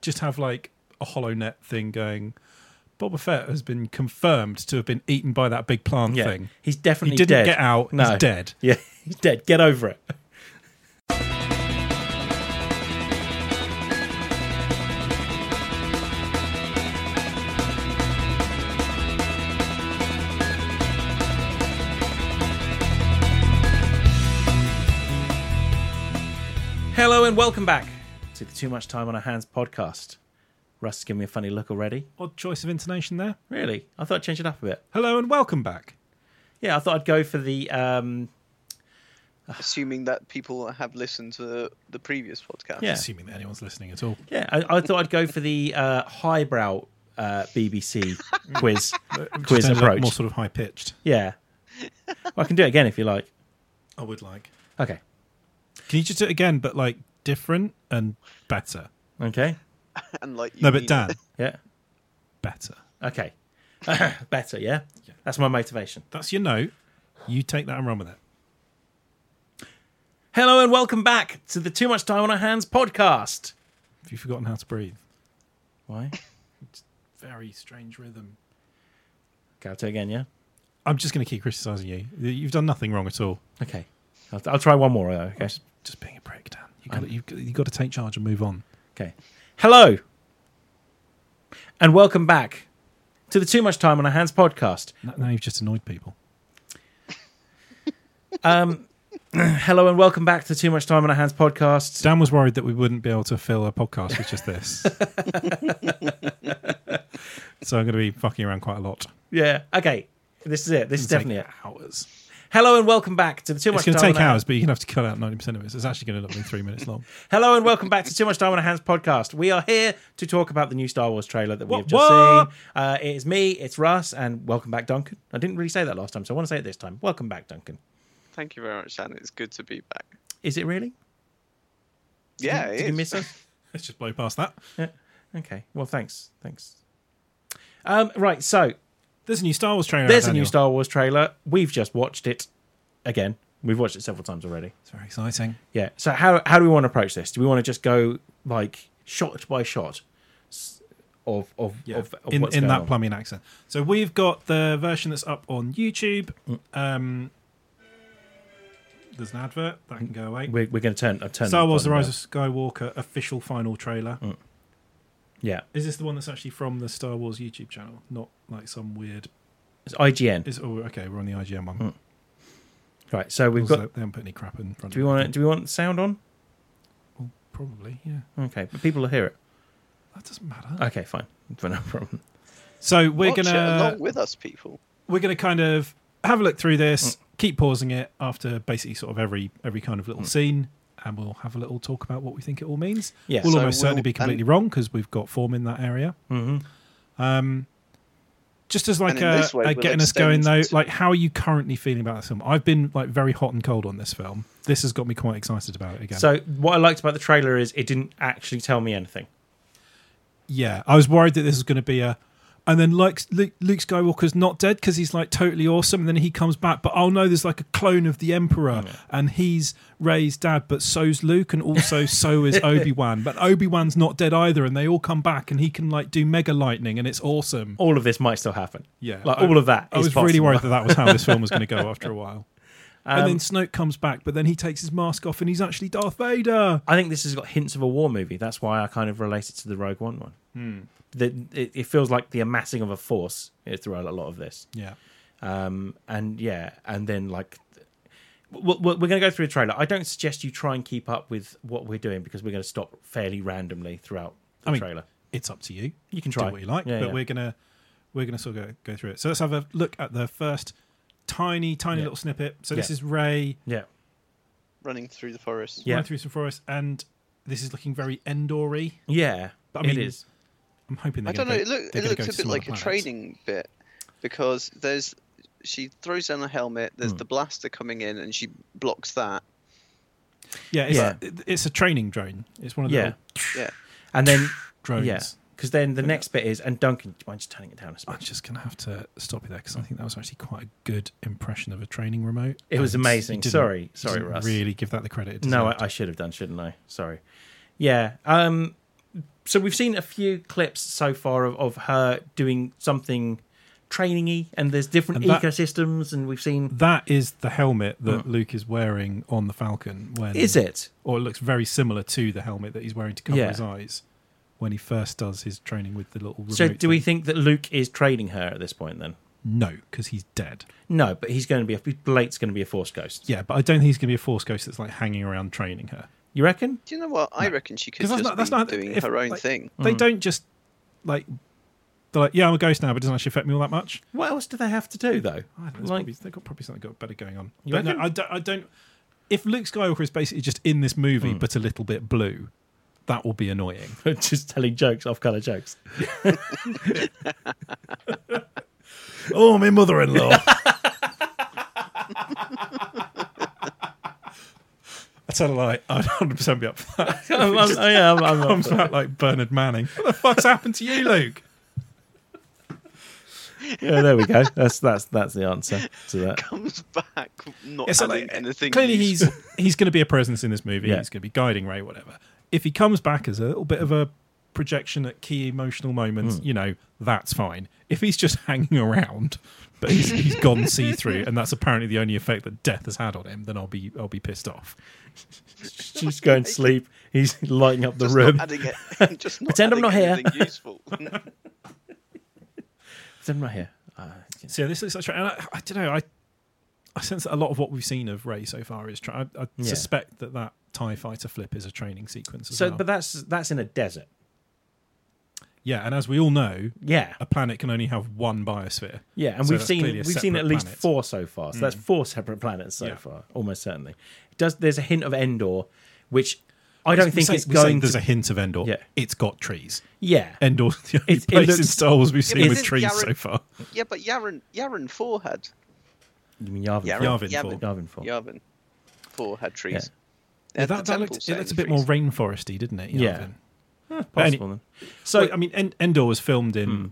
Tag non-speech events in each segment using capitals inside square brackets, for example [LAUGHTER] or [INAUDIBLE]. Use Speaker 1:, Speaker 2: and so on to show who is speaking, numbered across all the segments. Speaker 1: just have like a hollow net thing going. Boba Fett has been confirmed to have been eaten by that big plant
Speaker 2: Yeah,
Speaker 1: thing.
Speaker 2: he's definitely
Speaker 1: He didn't
Speaker 2: dead.
Speaker 1: get out.
Speaker 2: No.
Speaker 1: He's dead.
Speaker 2: [LAUGHS] Yeah, he's dead. Get over it. Hello and welcome back to the Too Much Time on Our Hands podcast. Russ has given me a funny look already.
Speaker 1: Odd choice of intonation there.
Speaker 2: Really? I thought I'd change it up a bit.
Speaker 1: Hello and welcome back.
Speaker 2: Yeah, I thought I'd go for the um
Speaker 3: assuming that people have listened to the previous podcast.
Speaker 2: yeah.
Speaker 1: Assuming that anyone's listening at all.
Speaker 2: Yeah, I, I thought I'd go for the uh, highbrow uh, BBC quiz
Speaker 1: Just
Speaker 2: quiz
Speaker 1: ended up
Speaker 2: approach.
Speaker 1: More sort of high pitched.
Speaker 2: Yeah, well, I can do it again if you like.
Speaker 1: I would like.
Speaker 2: Okay,
Speaker 1: Can you just do it again, but like different and better?
Speaker 2: okay,
Speaker 3: And like you
Speaker 1: No, but
Speaker 2: [LAUGHS]
Speaker 3: mean-
Speaker 1: Dan,
Speaker 2: yeah,
Speaker 1: better.
Speaker 2: okay, [COUGHS] better. Yeah? that's my motivation.
Speaker 1: That's your note. You take that and run with it.
Speaker 2: Hello and welcome back to the Too Much Time on Our Hands podcast.
Speaker 1: Have you forgotten how to breathe?
Speaker 2: Why?
Speaker 1: Very strange rhythm.
Speaker 2: Okay, I'll do it again. Yeah.
Speaker 1: I'm just going to keep criticising you. You've done nothing wrong at all.
Speaker 2: Okay, I'll, I'll try one more though. Okay.
Speaker 1: Just, just being a prick, Dan. You got you you got to take charge and move on.
Speaker 2: Okay. Hello. And welcome back to the Too Much Time on Our Hands podcast.
Speaker 1: N- Now you've just annoyed people.
Speaker 2: Um, [COUGHS] Hello and welcome back to the Too Much Time on Our Hands podcast.
Speaker 1: Dan was worried that we wouldn't be able to fill a podcast with just
Speaker 2: [LAUGHS]
Speaker 1: this. so I'm going to be fucking around quite a lot.
Speaker 2: Yeah. Okay. This is it. This is
Speaker 1: It's gonna
Speaker 2: definitely it.
Speaker 1: take hours.
Speaker 2: Hello and welcome back to the Too Much
Speaker 1: It's going to
Speaker 2: Time
Speaker 1: take
Speaker 2: on Our-
Speaker 1: hours, but you're going to have to cut out 90% of it. So it's actually going to look like three minutes
Speaker 2: [LAUGHS]
Speaker 1: long.
Speaker 2: Hello and welcome back to Too Much Time on Our Hands podcast. We are here to talk about the new Star Wars trailer that we
Speaker 1: What-
Speaker 2: have just
Speaker 1: what?
Speaker 2: seen. Uh, it is me, it's Russ, and welcome back, Duncan. I didn't really say that last time, so I want to say it this time. Welcome back, Duncan.
Speaker 3: Thank you very much, Dan. It's good to be back.
Speaker 2: Is it really?
Speaker 3: Yeah, it
Speaker 2: Did you
Speaker 3: is.
Speaker 2: miss
Speaker 3: [LAUGHS]
Speaker 2: us?
Speaker 1: Let's just blow past that.
Speaker 2: Okay. Well, thanks. Thanks. Um, right. So
Speaker 1: There's a new Star Wars trailer.
Speaker 2: there's
Speaker 1: out,
Speaker 2: a new
Speaker 1: Daniel.
Speaker 2: Star Wars trailer. We've just watched it again. We've watched it several times already.
Speaker 1: It's very exciting.
Speaker 2: Yeah. So how how do we want to approach this? Do we want to just go like shot by shot s- of of of, of
Speaker 1: in
Speaker 2: what's
Speaker 1: in
Speaker 2: going
Speaker 1: that
Speaker 2: on?
Speaker 1: plumbing accent. So we've got the version that's up on YouTube.
Speaker 2: Mm.
Speaker 1: Um, there's an advert that can go away.
Speaker 2: We're, we're going to turn. Uh, turn
Speaker 1: Star Wars: The
Speaker 2: button
Speaker 1: Rise
Speaker 2: down.
Speaker 1: of Skywalker official final trailer.
Speaker 2: Yeah.
Speaker 1: Is this the one that's actually from the Star Wars YouTube channel, not like some weird?
Speaker 2: It's IGN.
Speaker 1: Is oh, okay, we're on the IGN one.
Speaker 2: Right. So Mm, we've
Speaker 1: Also,
Speaker 2: got.
Speaker 1: they haven't put any crap in front.
Speaker 2: Do we want to, Do we want sound on?
Speaker 1: Probably, yeah.
Speaker 2: Okay, but people will hear it.
Speaker 1: That doesn't matter.
Speaker 2: Okay, fine. [LAUGHS] No problem.
Speaker 1: So we're
Speaker 3: Watch it
Speaker 1: gonna
Speaker 3: along with us, people.
Speaker 1: we're gonna kind of have a look through this.
Speaker 3: Mm.
Speaker 1: Keep pausing it after basically sort of every every kind of little
Speaker 3: Mm.
Speaker 1: scene. And we'll have a little talk about what we think it all means.
Speaker 2: Yeah.
Speaker 1: we'll
Speaker 3: So
Speaker 1: almost certainly
Speaker 3: we'll-
Speaker 1: be completely wrong because we've got form in that area.
Speaker 2: Mhm.
Speaker 1: Um, just as like
Speaker 3: Mm-hmm. And in
Speaker 1: uh
Speaker 3: this way,
Speaker 1: uh,
Speaker 3: we'll
Speaker 1: getting us going though,
Speaker 3: extend to-
Speaker 1: like how are you currently feeling about this film? I've been like very hot and cold on this film. This has got me quite excited about it again.
Speaker 2: So what I liked about the trailer is it didn't actually tell me anything.
Speaker 1: yeah, I was worried that this was going to be a, and then like Luke, Luke Skywalker's not dead because he's like totally awesome, and then he comes back, but oh no, there's like a clone of the Emperor, and he's Ray's dad, but so's Luke, and also so is Obi Wan, but Obi Wan's not dead either, and they all come back, and he can like do mega lightning, and it's awesome.
Speaker 2: All of this might still happen.
Speaker 1: Yeah,
Speaker 2: Like
Speaker 1: I-
Speaker 2: all of that.
Speaker 1: I
Speaker 2: is
Speaker 1: was really
Speaker 2: possible.
Speaker 1: worried that that was how this film was going to go after a while. and then Snoke comes back, but then he takes his mask off and he's actually Darth Vader.
Speaker 2: I think this has got hints of a war movie. That's why I kind of relate it to the Rogue One one. The, it, it feels like the amassing of a force throughout a lot of this.
Speaker 1: Yeah,
Speaker 2: Um, and yeah, and then like, we're, we're going to go through a trailer. I don't suggest you try and keep up with what we're doing because we're going to stop fairly randomly throughout the
Speaker 1: I mean,
Speaker 2: trailer.
Speaker 1: it's up to you.
Speaker 2: You can try
Speaker 1: do what you like,
Speaker 2: Yeah,
Speaker 1: but
Speaker 2: yeah.
Speaker 1: we're gonna we're gonna sort of go, go through it. So let's have a look at the first tiny, tiny
Speaker 2: Yeah.
Speaker 1: little snippet. So this
Speaker 2: Yeah.
Speaker 1: is Ray
Speaker 2: yeah,
Speaker 3: Running through the forest.
Speaker 2: Yeah.
Speaker 1: running through some forest, and this is looking very Endory.
Speaker 2: yeah.
Speaker 1: But I mean,
Speaker 2: it is.
Speaker 1: I'm hoping they're
Speaker 3: I don't know.
Speaker 1: gonna
Speaker 3: It,
Speaker 1: go,
Speaker 3: look,
Speaker 1: they're
Speaker 3: it
Speaker 1: gonna go
Speaker 3: looks
Speaker 1: to
Speaker 3: a bit
Speaker 1: smaller
Speaker 3: like
Speaker 1: planets.
Speaker 3: a training bit because there's she throws down a helmet. There's
Speaker 1: Hmm.
Speaker 3: the blaster coming in, and she blocks that.
Speaker 1: Yeah, it's,
Speaker 2: Yeah.
Speaker 1: it- it's a training drone. It's one of the
Speaker 2: Yeah.
Speaker 1: little [SNIFFS]
Speaker 3: Yeah,
Speaker 2: And then
Speaker 1: drones.
Speaker 2: yeah, because
Speaker 1: [LAUGHS]
Speaker 2: then the next bit is and Duncan. Do you mind just turning it down a
Speaker 1: I'm
Speaker 2: smidge?
Speaker 1: just gonna have to stop you there because I think that was actually quite a good impression of a training remote.
Speaker 2: It was
Speaker 1: And
Speaker 2: amazing.
Speaker 1: you didn't-
Speaker 2: Sorry.
Speaker 1: you
Speaker 2: Sorry,
Speaker 1: didn't
Speaker 2: Russ.
Speaker 1: Really give that the credit. It
Speaker 2: No,
Speaker 1: deserved.
Speaker 2: I, I should have done, shouldn't I? Sorry. Yeah. Um. so we've seen a few clips so far of, of her doing something trainingy, and there's different
Speaker 1: And that-
Speaker 2: ecosystems, and we've seen.
Speaker 1: That is the helmet that Luke is wearing on the Falcon. When
Speaker 2: Mm. Is it?
Speaker 1: Or it looks very similar to the helmet that he's wearing to cover
Speaker 2: Yeah.
Speaker 1: his eyes when he first does his training with the little. Remote
Speaker 2: So do we
Speaker 1: thing.
Speaker 2: think that Luke is trading her at this point then?
Speaker 1: No, because he's dead.
Speaker 2: No, but he's going to be a Blake's going to be a Force ghost.
Speaker 1: Yeah, but I don't think he's going to be a Force Ghost that's like hanging around training her.
Speaker 2: You reckon?
Speaker 3: Do you know what? I reckon she could
Speaker 1: 'Cause
Speaker 3: just
Speaker 1: that's not- that's
Speaker 3: be
Speaker 1: not-
Speaker 3: doing
Speaker 1: if,
Speaker 3: her own
Speaker 1: like-
Speaker 3: thing. [LAUGHS]
Speaker 1: They
Speaker 2: Mm.
Speaker 1: don't just like they're like, yeah, I'm a ghost now, but it doesn't actually affect me all that much.
Speaker 2: What else do they have to do though?
Speaker 1: I don't know,
Speaker 2: Like,
Speaker 1: probably, they've got probably something got better going on.
Speaker 2: You
Speaker 1: But no,
Speaker 2: reckon?
Speaker 1: I don't, I don't. If Luke Skywalker is basically just in this movie
Speaker 2: Mm.
Speaker 1: but a little bit blue, that will be annoying.
Speaker 2: [LAUGHS] just telling jokes, off-color jokes.
Speaker 1: oh, my mother-in-law. I tell a lie. I'd 100 percent be up for that.
Speaker 2: [LAUGHS] I'm, I'm- oh, [LAUGHS] yeah, I'm- I'm up
Speaker 1: Comes
Speaker 2: for it.
Speaker 1: out like Bernard Manning. What the fuck's happened to you, Luke?
Speaker 2: yeah, there we go. That's that's that's the answer to that.
Speaker 3: Comes back not
Speaker 1: Yeah, so,
Speaker 3: having
Speaker 1: like,
Speaker 3: anything.
Speaker 1: Clearly,
Speaker 3: useful.
Speaker 1: he's he's going to be a presence in this movie.
Speaker 2: Yeah.
Speaker 1: He's going to be guiding Ray, whatever. If he comes back as a little bit of a projection at key emotional moments, you know, that's fine. If he's just [LAUGHS] hanging around, but he's, he's gone see through, and that's apparently the only effect that death has had on him, then I'll be I'll be pissed off.
Speaker 2: She's going to sleep. He's lighting up the
Speaker 3: just
Speaker 2: room.
Speaker 3: Not
Speaker 1: [LAUGHS]
Speaker 3: adding it, just not
Speaker 2: Pretend I'm
Speaker 3: adding
Speaker 2: not here.
Speaker 3: anything Useful. [LAUGHS]
Speaker 2: Then right here. Uh, yes.
Speaker 1: So yeah, this looks like, and I, I don't know, I I sense that a lot of what we've seen of Ray so far is. Tra- I, I
Speaker 2: Yeah.
Speaker 1: suspect that that Tie Fighter flip is a training sequence. As
Speaker 2: so,
Speaker 1: well.
Speaker 2: but that's that's in a desert.
Speaker 1: yeah, and as we all know,
Speaker 2: Yeah,
Speaker 1: a planet can only have one biosphere.
Speaker 2: yeah, and
Speaker 1: Uh, So
Speaker 2: we've
Speaker 1: that's
Speaker 2: seen
Speaker 1: clearly a
Speaker 2: we've seen
Speaker 1: separate
Speaker 2: at least
Speaker 1: planet. Mm.
Speaker 2: four so far. So that's four separate planets so
Speaker 1: Yeah.
Speaker 2: far, almost certainly. It does there's a hint of Endor, which I don't
Speaker 1: We
Speaker 2: think
Speaker 1: say-
Speaker 2: it's
Speaker 1: we say
Speaker 2: going
Speaker 1: There's
Speaker 2: to.
Speaker 1: a hint of Endor.
Speaker 2: Yeah.
Speaker 1: it's got trees.
Speaker 2: yeah,
Speaker 1: Endor's the only
Speaker 2: It- it
Speaker 1: place in
Speaker 2: looks-
Speaker 1: Star Wars
Speaker 2: [LAUGHS]
Speaker 1: we've
Speaker 3: but
Speaker 1: seen with
Speaker 3: isn't
Speaker 1: trees
Speaker 3: Yaren-
Speaker 1: so far.
Speaker 3: yeah, but Yaren, Yaren Four had
Speaker 2: you mean Yavin?
Speaker 3: Yaren,
Speaker 2: Four?
Speaker 1: Yavin
Speaker 3: Yavin,
Speaker 1: Four.
Speaker 2: Yavin Four.
Speaker 3: Yavin Four had trees.
Speaker 2: Yeah.
Speaker 3: They had
Speaker 1: that,
Speaker 3: the
Speaker 1: that looked,
Speaker 3: temples
Speaker 1: it
Speaker 3: out
Speaker 1: looked a
Speaker 3: in
Speaker 1: bit
Speaker 3: the
Speaker 1: more
Speaker 3: trees.
Speaker 1: rainforesty, didn't it?
Speaker 2: Yeah.
Speaker 1: Yavin?
Speaker 2: Possible then.
Speaker 1: So I mean, En- Endor was filmed in.
Speaker 2: Hmm.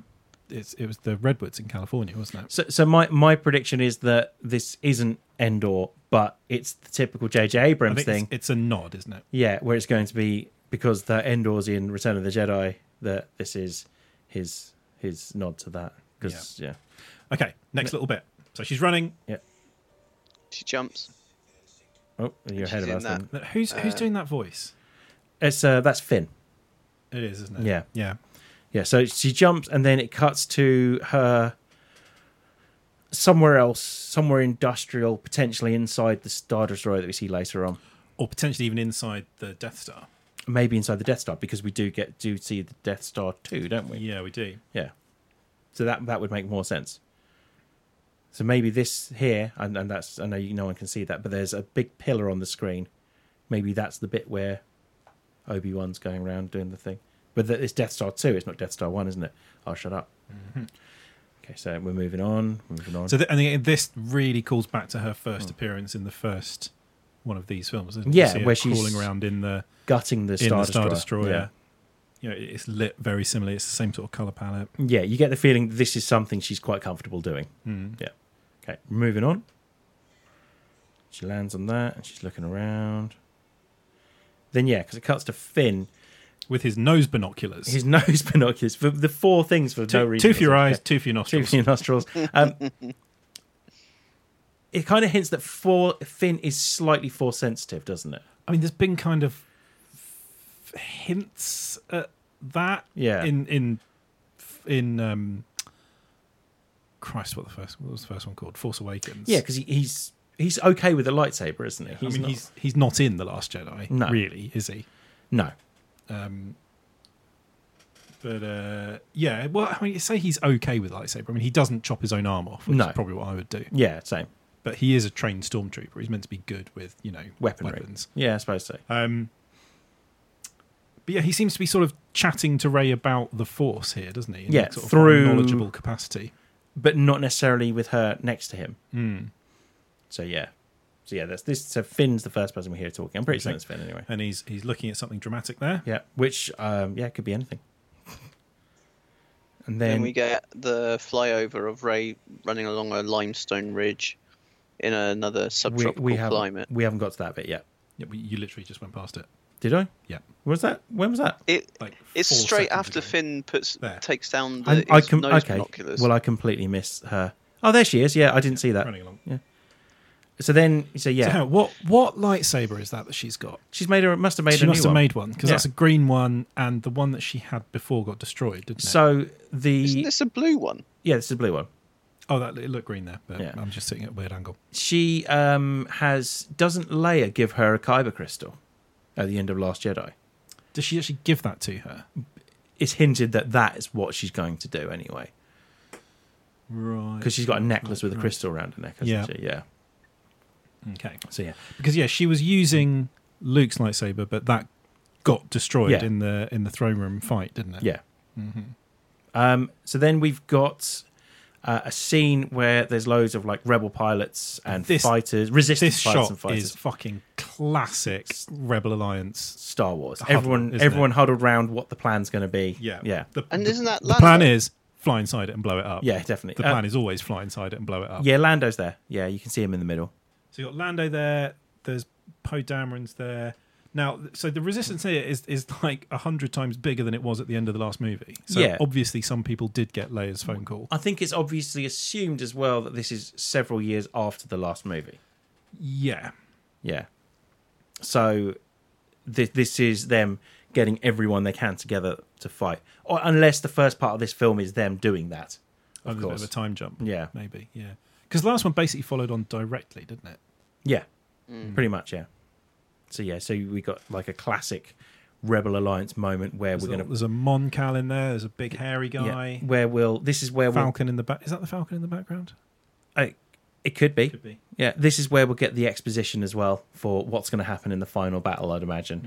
Speaker 1: It's, it was the redwoods in California, wasn't it?
Speaker 2: So, so my, my prediction is that this isn't Endor, but it's the typical J.J.
Speaker 1: I
Speaker 2: Abrams
Speaker 1: think
Speaker 2: thing.
Speaker 1: it's, it's a nod, isn't it?
Speaker 2: Yeah, where it's going to be because the Endor's in Return of the Jedi. That this is his his nod to that. Because yeah.
Speaker 1: Okay, next little bit. So she's running.
Speaker 2: yeah,
Speaker 3: She jumps.
Speaker 2: Oh, you're ahead of
Speaker 3: in
Speaker 2: us.
Speaker 3: that.
Speaker 2: Then.
Speaker 1: Now, Who's who's doing that voice?
Speaker 2: It's uh, that's Finn.
Speaker 1: It is, isn't it?
Speaker 2: Yeah.
Speaker 1: yeah.
Speaker 2: Yeah. So she jumps, and then it cuts to her somewhere else, somewhere industrial, potentially inside the Star Destroyer that we see later on.
Speaker 1: Or potentially even inside the Death Star.
Speaker 2: Maybe inside the Death Star because we do get do see the Death Star too, don't we?
Speaker 1: Yeah, we do.
Speaker 2: Yeah. So that that would make more sense. So maybe this here, and, and that's I know you, no one can see that, but there's a big pillar on the screen. Maybe that's the bit where Obi Wan's going around doing the thing. But that it's Death Star two. It's not Death Star one, isn't it? Oh, shut up. Okay, so we're moving on. Moving on.
Speaker 1: Mm-hmm. So th- and again, this really calls back to her first appearance in the first one of these films. Isn't it?
Speaker 2: Hmm. Yeah,
Speaker 1: You see her
Speaker 2: where she's-
Speaker 1: crawling around in the
Speaker 2: Gutting the
Speaker 1: in
Speaker 2: Star
Speaker 1: the Star
Speaker 2: Destroyer.
Speaker 1: Destroyer. You know, it's lit very similarly. It's the same sort of color palette.
Speaker 2: Yeah. yeah, you get the feeling this is something she's quite comfortable doing.
Speaker 1: Hmm.
Speaker 2: Yeah. Okay, moving on. She lands on that, and she's looking around. Then yeah, because it cuts to Finn
Speaker 1: With his nose binoculars,
Speaker 2: his [LAUGHS] nose binoculars for the four things for
Speaker 1: two,
Speaker 2: no reason.
Speaker 1: two for your
Speaker 2: Yeah.
Speaker 1: eyes, two for your
Speaker 2: two
Speaker 1: nostrils.
Speaker 2: for your nostrils.
Speaker 1: [LAUGHS]
Speaker 2: Um, it kind of hints that four Finn is slightly force sensitive, doesn't it?
Speaker 1: I mean, there's been kind of f- hints at that.
Speaker 2: Yeah.
Speaker 1: In in in um, Christ, what the first? What was the first one called? Force Awakens.
Speaker 2: Yeah, because he, he's he's okay with a lightsaber, isn't he?
Speaker 1: I mean,
Speaker 2: not-
Speaker 1: he's he's not in the Last Jedi,
Speaker 2: No.
Speaker 1: really, is he?
Speaker 2: no.
Speaker 1: Um, but uh, yeah, well, I mean, you say he's okay with lightsaber. I mean, he doesn't chop his own arm off, which
Speaker 2: No.
Speaker 1: is probably what I would do.
Speaker 2: Yeah, same
Speaker 1: But he is a trained stormtrooper. He's meant to be good with you know
Speaker 2: weaponry.
Speaker 1: weapons.
Speaker 2: Yeah, I suppose so.
Speaker 1: Um, but yeah, he seems to be sort of chatting to Ray about the Force here, doesn't he? In
Speaker 2: Yeah,
Speaker 1: that sort of
Speaker 2: through-
Speaker 1: knowledgeable capacity.
Speaker 2: But not necessarily with her next to him.
Speaker 1: Mm.
Speaker 2: So yeah, so yeah, that's this. So Finn's the first person we hear talking. I'm pretty certain it's
Speaker 1: Exactly.
Speaker 2: Finn anyway.
Speaker 1: And he's he's looking at something dramatic there.
Speaker 2: Yeah, which um, yeah could be anything. And
Speaker 3: Then
Speaker 2: then
Speaker 3: we get the flyover of Ray running along a limestone ridge in another subtropical
Speaker 2: haven't-
Speaker 3: climate.
Speaker 2: We haven't got to that bit yet.
Speaker 1: Yeah, but you literally just went past it.
Speaker 2: Did I?
Speaker 1: Yeah,
Speaker 2: Was that when was that?
Speaker 3: It
Speaker 1: Like
Speaker 3: it's
Speaker 1: four
Speaker 3: straight
Speaker 1: seconds
Speaker 3: after
Speaker 1: ago.
Speaker 3: Finn puts
Speaker 1: There.
Speaker 3: takes down the
Speaker 2: I,
Speaker 3: his
Speaker 2: I com-
Speaker 3: nose
Speaker 2: okay.
Speaker 3: binoculars.
Speaker 2: Well, I completely missed her. Oh, there she is. Yeah, I didn't see that.
Speaker 1: running along.
Speaker 2: So then, so yeah,
Speaker 1: So hang on, what what lightsaber is that that she's got?
Speaker 2: she's made her must have made
Speaker 1: she
Speaker 2: a
Speaker 1: must
Speaker 2: new
Speaker 1: have
Speaker 2: one.
Speaker 1: made one because
Speaker 2: Yeah.
Speaker 1: that's a green one, and the one that she had before got destroyed, didn't it?
Speaker 2: So
Speaker 3: Isn't
Speaker 2: the
Speaker 3: this a blue one?
Speaker 2: yeah, this is a blue one.
Speaker 1: oh, that it looked green there, but
Speaker 2: Yeah.
Speaker 1: I'm just sitting at a weird angle.
Speaker 2: She um has doesn't Leia give her a kyber crystal at the end of Last Jedi?
Speaker 1: Does she actually give that to her?
Speaker 2: It's hinted that that is what she's going to do anyway,
Speaker 1: Right.
Speaker 2: because she's got a necklace with a crystal around her neck. Hasn't
Speaker 1: Yeah.
Speaker 2: She? yeah.
Speaker 1: okay.
Speaker 2: So yeah,
Speaker 1: Because yeah, she was using Luke's lightsaber, but that got destroyed
Speaker 2: Yeah.
Speaker 1: in the in the throne room fight, didn't it?
Speaker 2: Yeah. Um, so then we've got uh, a scene where there's loads of like rebel pilots and
Speaker 1: This-
Speaker 2: fighters, resistance
Speaker 1: This
Speaker 2: pilots
Speaker 1: shot
Speaker 2: and fighters.
Speaker 1: is fucking classic Rebel Alliance.
Speaker 2: Star Wars.
Speaker 1: huddle,
Speaker 2: everyone,
Speaker 1: isn't
Speaker 2: everyone
Speaker 1: it?
Speaker 2: huddled round what the plan's going to be.
Speaker 1: Yeah.
Speaker 2: yeah,
Speaker 1: The,
Speaker 3: And
Speaker 1: the,
Speaker 3: isn't that
Speaker 1: the plan
Speaker 3: Lando?
Speaker 1: is fly inside it and blow it up.
Speaker 2: yeah, definitely.
Speaker 1: The
Speaker 2: Uh,
Speaker 1: plan is always fly inside it and blow it up.
Speaker 2: yeah, Lando's there. Yeah, you can see him in the middle.
Speaker 1: So you got Lando there. There's Poe Dameron's there. Now, so the resistance here is is like a hundred times bigger than it was at the end of the last movie. So
Speaker 2: Yeah. Uh,
Speaker 1: obviously, some people did get Leia's phone call.
Speaker 2: I think it's obviously assumed as well that this is several years after the last movie.
Speaker 1: Yeah,
Speaker 2: Yeah, so th- this is them getting everyone they can together to fight, or unless the first part of this film is them doing that.
Speaker 1: Oh, there's a
Speaker 2: Of
Speaker 1: bit
Speaker 2: course,
Speaker 1: of a time jump.
Speaker 2: Yeah.
Speaker 1: maybe. Yeah, because last one basically followed on directly, didn't it?
Speaker 2: Yeah, pretty much. Yeah. So yeah, so we got like a classic Rebel Alliance moment where
Speaker 1: There's,
Speaker 2: we're
Speaker 1: a,
Speaker 2: going to
Speaker 1: there's a Mon Cal in there. There's a big hairy guy.
Speaker 2: where we'll this is where we'll,
Speaker 1: Falcon in the back. Is that the Falcon in the background?
Speaker 2: I, it could be.
Speaker 1: Could be.
Speaker 2: Yeah, this is where we'll get the exposition as well for what's going to happen in the final battle, I'd imagine,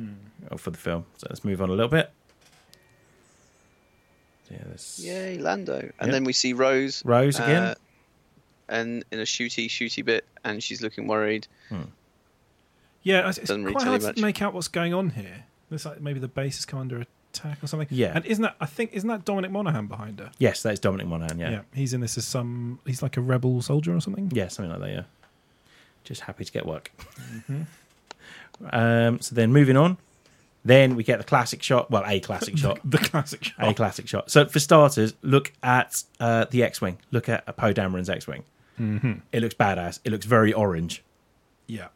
Speaker 1: Mm.
Speaker 2: uh, for the film. So let's move on a little bit. Yeah, this
Speaker 3: Yay, Lando!
Speaker 2: Yep.
Speaker 3: And then we see Rose.
Speaker 2: Rose again.
Speaker 3: uh, and in a shooty, shooty bit, and she's looking worried.
Speaker 1: Yeah, it's, it's
Speaker 3: Doesn't really
Speaker 1: quite
Speaker 3: tell you
Speaker 1: hard
Speaker 3: much.
Speaker 1: to make out what's going on here. Looks like maybe the base has come under attack or something.
Speaker 2: Yeah.
Speaker 1: and isn't that I think isn't that Dominic Monaghan behind her?
Speaker 2: yes, that is Dominic Monaghan. Yeah.
Speaker 1: Yeah.
Speaker 2: yeah,
Speaker 1: he's in this as some. He's like a rebel soldier or something. [LAUGHS]
Speaker 2: something like that. Yeah, just happy to get work. um, so then moving on, then we get the classic shot. Well, a
Speaker 1: [LAUGHS]
Speaker 2: classic shot.
Speaker 1: The classic shot.
Speaker 2: A classic shot. So for starters, look at uh, the X-wing. Look at uh, Poe Dameron's X-wing. Mm-hmm. It looks badass. It looks very orange.
Speaker 1: Yeah,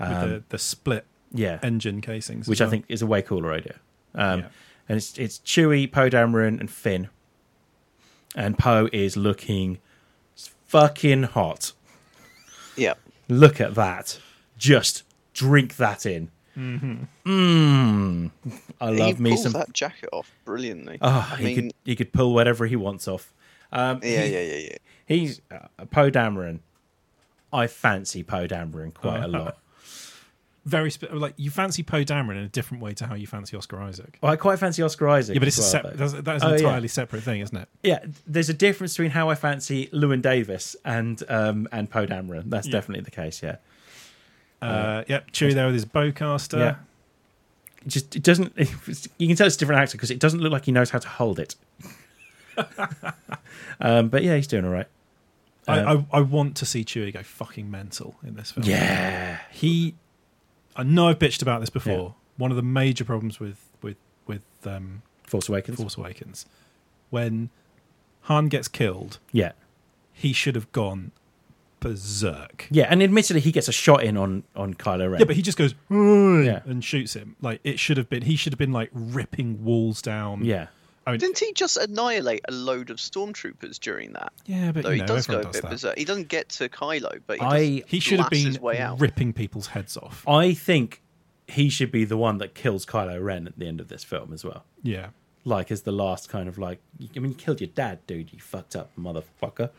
Speaker 1: with the, the split
Speaker 2: Yeah,
Speaker 1: engine casings, as
Speaker 2: Um, which I
Speaker 1: well.
Speaker 2: think is a way cooler idea. Um,
Speaker 1: Yeah.
Speaker 2: And it's it's Chewie, Poe Dameron, and Finn. And Poe is looking fucking hot.
Speaker 3: Yeah,
Speaker 2: Look at that. Just drink that in. Mm-hmm. I love
Speaker 3: he
Speaker 2: me
Speaker 3: pulls
Speaker 2: some.
Speaker 3: that jacket off brilliantly.
Speaker 2: Oh,
Speaker 3: I
Speaker 2: he
Speaker 3: mean,
Speaker 2: could he could pull whatever he wants off. Um,
Speaker 3: yeah,
Speaker 2: he-
Speaker 3: yeah, yeah, yeah.
Speaker 2: He's uh, Poe Dameron. I fancy Poe Dameron quite
Speaker 1: [LAUGHS]
Speaker 2: a lot.
Speaker 1: very sp- like you fancy Poe Dameron in a different way to how you fancy Oscar Isaac.
Speaker 2: I quite fancy Oscar Isaac.
Speaker 1: Yeah, but
Speaker 2: as
Speaker 1: it's a
Speaker 2: well,
Speaker 1: sep-
Speaker 2: though.
Speaker 1: that's, that is
Speaker 2: Oh,
Speaker 1: an
Speaker 2: yeah.
Speaker 1: entirely separate thing, isn't it?
Speaker 2: yeah, there's a difference between how I fancy Lewin Davis and um, and Poe Dameron. That's definitely the case. Yeah,
Speaker 1: Uh, yep, Chewie there with his bowcaster.
Speaker 2: Oh, yeah. uh, It just it doesn't. [LAUGHS] it's- you can tell it's a different actor because it doesn't look like he knows how to
Speaker 1: [LAUGHS]
Speaker 2: hold it. um, but yeah, he's doing all right.
Speaker 1: I, I, I want to see Chewie go fucking mental in this film.
Speaker 2: Um, Yeah,
Speaker 1: he. I know I've bitched about this before. One of the major problems with with with um,
Speaker 2: Force Awakens.
Speaker 1: Force Awakens, when Han gets killed,
Speaker 2: Yeah,
Speaker 1: he should have gone berserk.
Speaker 2: yeah, and admittedly, he gets a shot in on on Kylo Ren.
Speaker 1: Yeah, but he just goes "Oi,"
Speaker 2: Yeah.
Speaker 1: and shoots him. Like it should have been. He should have been like ripping walls down.
Speaker 2: yeah,
Speaker 1: I mean,
Speaker 3: Didn't he just annihilate a load of stormtroopers during that?
Speaker 1: yeah, but
Speaker 3: Though
Speaker 1: you
Speaker 3: he
Speaker 1: know,
Speaker 3: does go a
Speaker 1: everyone
Speaker 3: bit
Speaker 1: does that.
Speaker 3: berserk. He doesn't get to Kylo, but he,
Speaker 2: I-
Speaker 3: just
Speaker 1: He should have
Speaker 3: blasts
Speaker 1: been
Speaker 3: his way out.
Speaker 1: ripping people's heads off.
Speaker 2: I think he should be the one that kills Kylo Ren at the end of this film as well.
Speaker 1: Yeah,
Speaker 2: like as the last kind of like I mean you killed your dad, dude, you fucked up motherfucker.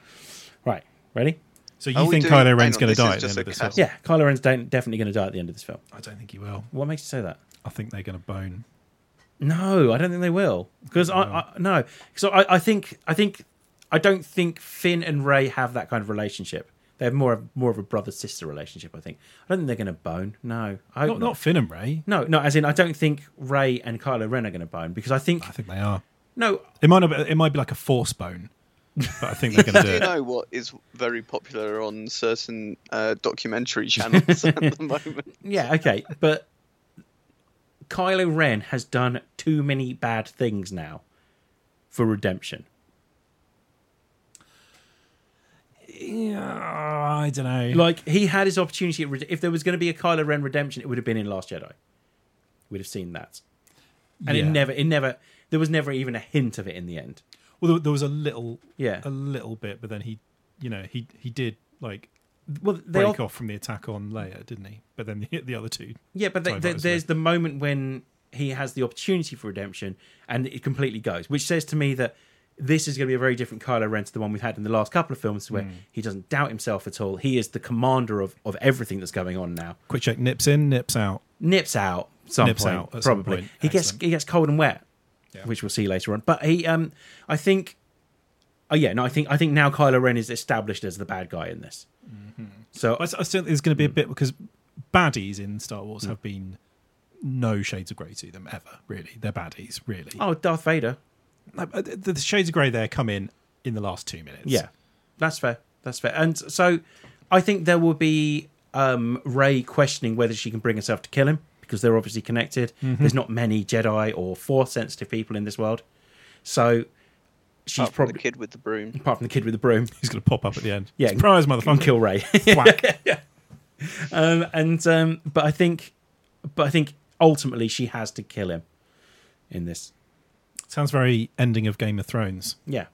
Speaker 2: Right, ready?
Speaker 1: So
Speaker 3: Are
Speaker 1: you
Speaker 3: we
Speaker 1: think
Speaker 3: doing-
Speaker 1: Kylo
Speaker 3: hang
Speaker 1: Ren's
Speaker 3: on,
Speaker 1: going to
Speaker 3: this is
Speaker 1: die at the end
Speaker 3: just a
Speaker 1: of this?
Speaker 3: cat.
Speaker 1: film?
Speaker 2: Yeah, Kylo Ren's dan- definitely going to die at the end of this film.
Speaker 1: I don't think he will.
Speaker 2: What makes you say that?
Speaker 1: I think they're going to bone.
Speaker 2: No, I don't think they will because I, I no. So I, I think I think I don't think Finn and Ray have that kind of relationship. They have more more of a brother sister relationship. I think I don't think they're going to bone. No, I hope
Speaker 1: Not not Finn and Ray.
Speaker 2: No, no. As in, I don't think Ray and Kylo Ren are going to bone because I think
Speaker 1: I think they are.
Speaker 2: no.
Speaker 1: It might not. Be, it might be like a force bone, but I think they're going to do
Speaker 3: Do you
Speaker 1: it.
Speaker 3: know what is very popular on certain
Speaker 1: [LAUGHS]
Speaker 3: uh, documentary channels at the moment?
Speaker 2: Yeah, okay, but Kylo Ren has done too many bad things now for redemption.
Speaker 1: [LAUGHS] Yeah, I don't know.
Speaker 2: Like he had his opportunity. At rede- if there was going to be a Kylo Ren redemption, it would have been in Last Jedi. We'd have seen that, and it
Speaker 1: Yeah.
Speaker 2: never, it never. There was never even a hint of it in the end.
Speaker 1: well, there, there was a little,
Speaker 2: Yeah.
Speaker 1: a little bit, but then he, you know, he he did like
Speaker 2: Well, they
Speaker 1: break
Speaker 2: all,
Speaker 1: off from the attack on Leia, didn't he? But then the, the other two,
Speaker 2: yeah, but they,
Speaker 1: Sorry,
Speaker 2: they-
Speaker 1: Martin,
Speaker 2: there's the moment when he has the opportunity for redemption, and it completely goes, which says to me that this is going to be a very different Kylo Ren to the one we've had in the last couple of films, where he doesn't doubt himself at all. He is the commander of of everything that's going on now.
Speaker 1: quick check, nips in, nips out.
Speaker 2: nips out some
Speaker 1: Nips
Speaker 2: point,
Speaker 1: out at some
Speaker 2: probably.
Speaker 1: point.
Speaker 2: He gets
Speaker 1: Excellent.
Speaker 2: he gets cold and wet,
Speaker 1: Yeah.
Speaker 2: which we'll see later on. But he, um, I think, oh yeah, no, I think I think now Kylo Ren is established as the bad guy in this. Mm-hmm. So
Speaker 1: I, s- I still think there's going to
Speaker 2: Mm.
Speaker 1: be a bit because baddies in Star Wars have been no shades of grey to them ever. Really, they're baddies. Really,
Speaker 2: oh, Darth Vader,
Speaker 1: No, but the, the shades of grey there come in in the last two minutes.
Speaker 2: yeah, that's fair, that's fair. And so I think there will be um Ray questioning whether she can bring herself to kill him because they're obviously connected. There's not many Jedi or Force sensitive people in this world, so she's
Speaker 3: Apart from
Speaker 2: probably
Speaker 3: the kid with the broom.
Speaker 2: apart from the kid with the [LAUGHS] broom.
Speaker 1: he's going to pop up at the end.
Speaker 2: Yeah.
Speaker 1: surprise,
Speaker 2: [LAUGHS]
Speaker 1: motherfucker!
Speaker 2: Kill Ray.
Speaker 1: Whack.
Speaker 2: um, and um, but I think, but I think ultimately she has to kill him in this.
Speaker 1: Sounds very ending of Game of Thrones.
Speaker 2: Yeah.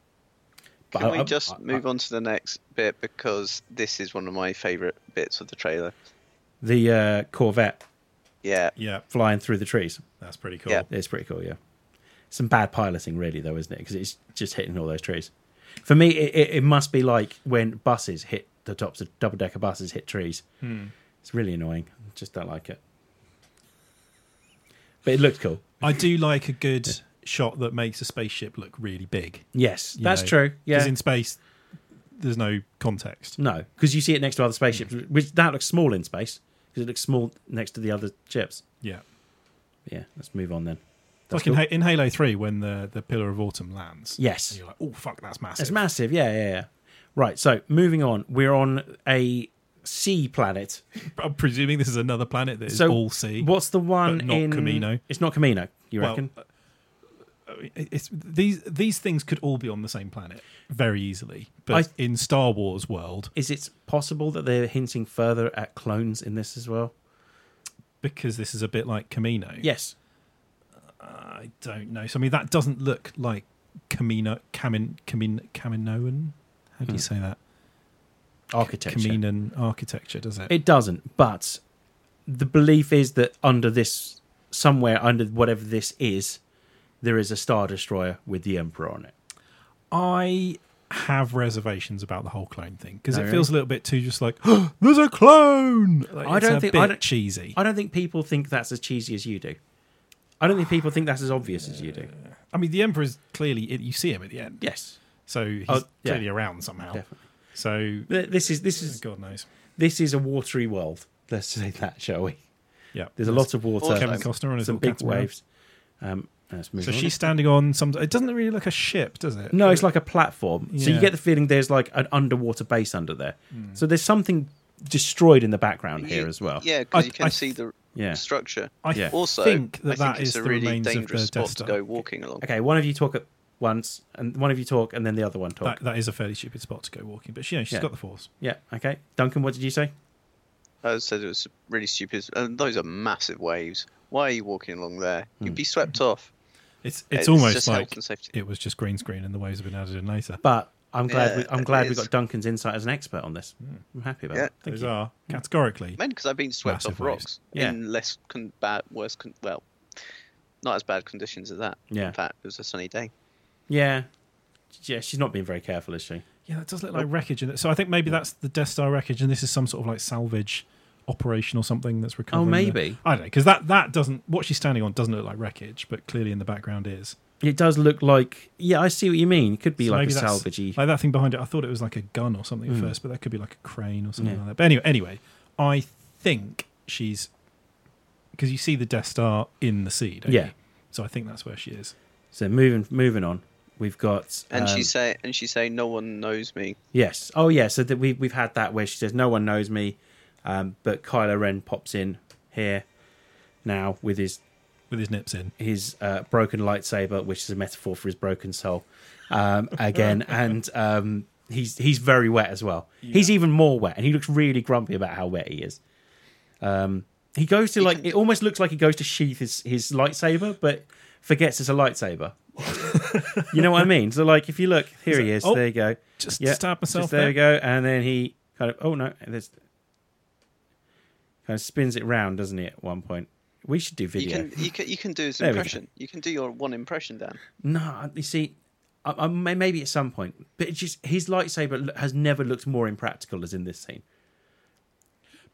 Speaker 2: But
Speaker 3: Can
Speaker 2: I-
Speaker 3: we
Speaker 2: I-
Speaker 3: just
Speaker 2: I-
Speaker 3: move on to the next bit because this is one of my favourite bits of the trailer.
Speaker 2: The uh, Corvette
Speaker 3: Yeah,
Speaker 1: Yeah,
Speaker 2: flying through the trees.
Speaker 1: that's pretty cool.
Speaker 3: Yeah.
Speaker 2: It's pretty cool. Yeah. Some bad piloting, really, though, isn't it? Because it's just hitting all those trees. For me, it, it, it must be like when buses hit the tops of double decker buses hit trees.
Speaker 1: Hmm.
Speaker 2: It's really annoying. I just don't like it. But it looked cool.
Speaker 1: I do like a good shot that makes a spaceship look really big.
Speaker 2: Yes,
Speaker 1: you
Speaker 2: that's
Speaker 1: know,
Speaker 2: true. Yeah.
Speaker 1: because in space there's no context.
Speaker 2: No, because you see it next to other spaceships, which that looks small in space because it looks small next to the other ships.
Speaker 1: Yeah.
Speaker 2: But yeah, let's move on then.
Speaker 1: Like in, Ha- in Halo Three, when the, the Pillar of Autumn lands,
Speaker 2: Yes.
Speaker 1: and you're like, "Oh fuck, that's massive."
Speaker 2: It's massive. Yeah, yeah, yeah. Right. So moving on, we're on a sea planet.
Speaker 1: I'm presuming this is another planet that is
Speaker 2: So
Speaker 1: all sea.
Speaker 2: What's the one
Speaker 1: But not
Speaker 2: in
Speaker 1: Camino.
Speaker 2: It's not Camino. You
Speaker 1: Well,
Speaker 2: reckon?
Speaker 1: I mean, it's these these things could all be on the same planet very easily, but
Speaker 2: I-
Speaker 1: in Star Wars world,
Speaker 2: Is it possible that they're hinting further at clones in this as well?
Speaker 1: because this is a bit like Camino.
Speaker 2: Yes.
Speaker 1: I don't know. So I mean, that doesn't look like Camino Camin Camin Caminoan. How
Speaker 2: Hmm.
Speaker 1: do you say that?
Speaker 2: Architecture.
Speaker 1: Caminoan architecture, does it?
Speaker 2: It doesn't, but the belief is that under this, somewhere under whatever this is, there is a star destroyer with the emperor on it.
Speaker 1: I have reservations about the whole clone thing because
Speaker 2: No,
Speaker 1: it
Speaker 2: Oh, really?
Speaker 1: feels a little bit too just like [GASPS] there's a clone. Like,
Speaker 2: I
Speaker 1: it's
Speaker 2: don't
Speaker 1: a
Speaker 2: think-
Speaker 1: bit
Speaker 2: I don't-
Speaker 1: cheesy.
Speaker 2: I don't think people think that's as cheesy as you do. I don't think people think that's as obvious as you do.
Speaker 1: I mean, the emperor's clearly you see him at the end,
Speaker 2: Yes,
Speaker 1: so he's
Speaker 2: Oh, yeah.
Speaker 1: clearly around somehow.
Speaker 2: definitely.
Speaker 1: So
Speaker 2: Th- This is this is
Speaker 1: God knows.
Speaker 2: this is a watery world. Let's say that, shall we?
Speaker 1: Yeah,
Speaker 2: There's a lot of water.
Speaker 3: Kevin
Speaker 2: um,
Speaker 1: Costner and his
Speaker 2: some
Speaker 1: little
Speaker 2: big
Speaker 1: catamaran.
Speaker 2: waves. Um, let's move
Speaker 1: So
Speaker 2: on.
Speaker 1: she's standing on some. It doesn't really look a ship, does it?
Speaker 2: No, it's like a platform. So you
Speaker 1: Yeah.
Speaker 2: get the feeling there's like an underwater base under there. So there's something destroyed in the background
Speaker 3: You-
Speaker 2: here as well.
Speaker 3: Yeah, because
Speaker 1: I-
Speaker 3: you can
Speaker 1: I
Speaker 3: see the
Speaker 2: Yeah.
Speaker 3: structure.
Speaker 1: I
Speaker 2: Yeah.
Speaker 3: Also,
Speaker 1: think
Speaker 3: I
Speaker 1: that
Speaker 3: think
Speaker 1: that
Speaker 3: it's
Speaker 1: is
Speaker 3: a
Speaker 1: the
Speaker 3: really
Speaker 1: remains of the Death
Speaker 3: dangerous spot to
Speaker 1: Star.
Speaker 3: go walking along.
Speaker 2: Okay, one of you talk at once, and one of you talk, and then the other one talk.
Speaker 1: That, that is a fairly stupid spot to go walking, but she, you know, she's
Speaker 2: Yeah.
Speaker 1: got the force.
Speaker 2: Yeah. Okay. Duncan, what did you say?
Speaker 3: I said it was really stupid. And those are massive waves. Why are you walking along there?
Speaker 2: Hmm.
Speaker 3: You'd be swept off.
Speaker 1: It's it's,
Speaker 3: It's
Speaker 1: almost
Speaker 3: just health
Speaker 1: like
Speaker 3: and safety.
Speaker 1: it was just green screen and the waves have been added in later.
Speaker 2: But I'm glad.
Speaker 3: Yeah,
Speaker 2: we, I'm
Speaker 3: it
Speaker 2: glad we
Speaker 3: is.
Speaker 2: got Duncan's insight as an expert on this. I'm happy about
Speaker 3: Yeah.
Speaker 2: it. Thank
Speaker 1: Those
Speaker 2: you.
Speaker 1: are Mm. categorically.
Speaker 3: Man, because I've been swept
Speaker 1: Massive
Speaker 3: off
Speaker 1: waves.
Speaker 3: rocks
Speaker 2: Yeah.
Speaker 3: in less con- bad, worse, con- well, not as bad conditions as that.
Speaker 2: Yeah.
Speaker 3: In fact, it was a sunny day.
Speaker 2: Yeah. Yeah. She's not being very careful, is she?
Speaker 1: Yeah, that does look like wreckage. In it. So I think maybe that's the Death Star wreckage, and this is some sort of like salvage operation or something that's recovering. the-
Speaker 2: maybe.
Speaker 1: I don't know because that that doesn't what she's standing on doesn't look like wreckage, but clearly in the background is.
Speaker 2: It does look like. Yeah, I see what you mean. It could be
Speaker 1: So
Speaker 2: like a
Speaker 1: maybe that's-
Speaker 2: salvagey. Hmm.
Speaker 1: Like that thing behind it, I thought it was like a gun or something at first, but that could be like a crane or something like that. But anyway, anyway, I think she's because you see the Death Star in the sea, don't
Speaker 2: Yeah.
Speaker 1: you? So I think that's where she is.
Speaker 2: So moving moving on, we've got
Speaker 3: And
Speaker 2: um,
Speaker 3: she say, and she say, no one knows me.
Speaker 2: yes. Oh yeah. So that we we've had that where she says no one knows me, um, but Kylo Ren pops in here now with his
Speaker 1: with his nips in.
Speaker 2: his uh, broken lightsaber, which is a metaphor for his broken soul,
Speaker 1: [LAUGHS]
Speaker 2: um, again. and um, he's he's very wet as well. He's even more wet, and he looks really grumpy about how wet he is. Um, he goes to like
Speaker 3: can-
Speaker 2: it almost looks like he goes to sheath his his lightsaber, but forgets it's
Speaker 1: [LAUGHS]
Speaker 2: a lightsaber. you know what I mean? So like, if you look, here he is.
Speaker 1: like, "Oh,
Speaker 2: there you go.
Speaker 1: Just
Speaker 2: Yeah,
Speaker 1: stab
Speaker 2: just
Speaker 1: myself
Speaker 2: there
Speaker 1: there.
Speaker 2: we go. And then he kind of oh no, there's kind of spins it round, doesn't he? At one point, we should do
Speaker 3: You
Speaker 2: video.
Speaker 3: can you can you can do his
Speaker 2: There we go.
Speaker 3: impression. You can do your one impression, Dan.
Speaker 2: No, you see, I, I, may- maybe at some point, but it's just his lightsaber lo- has never looked more impractical as in this scene.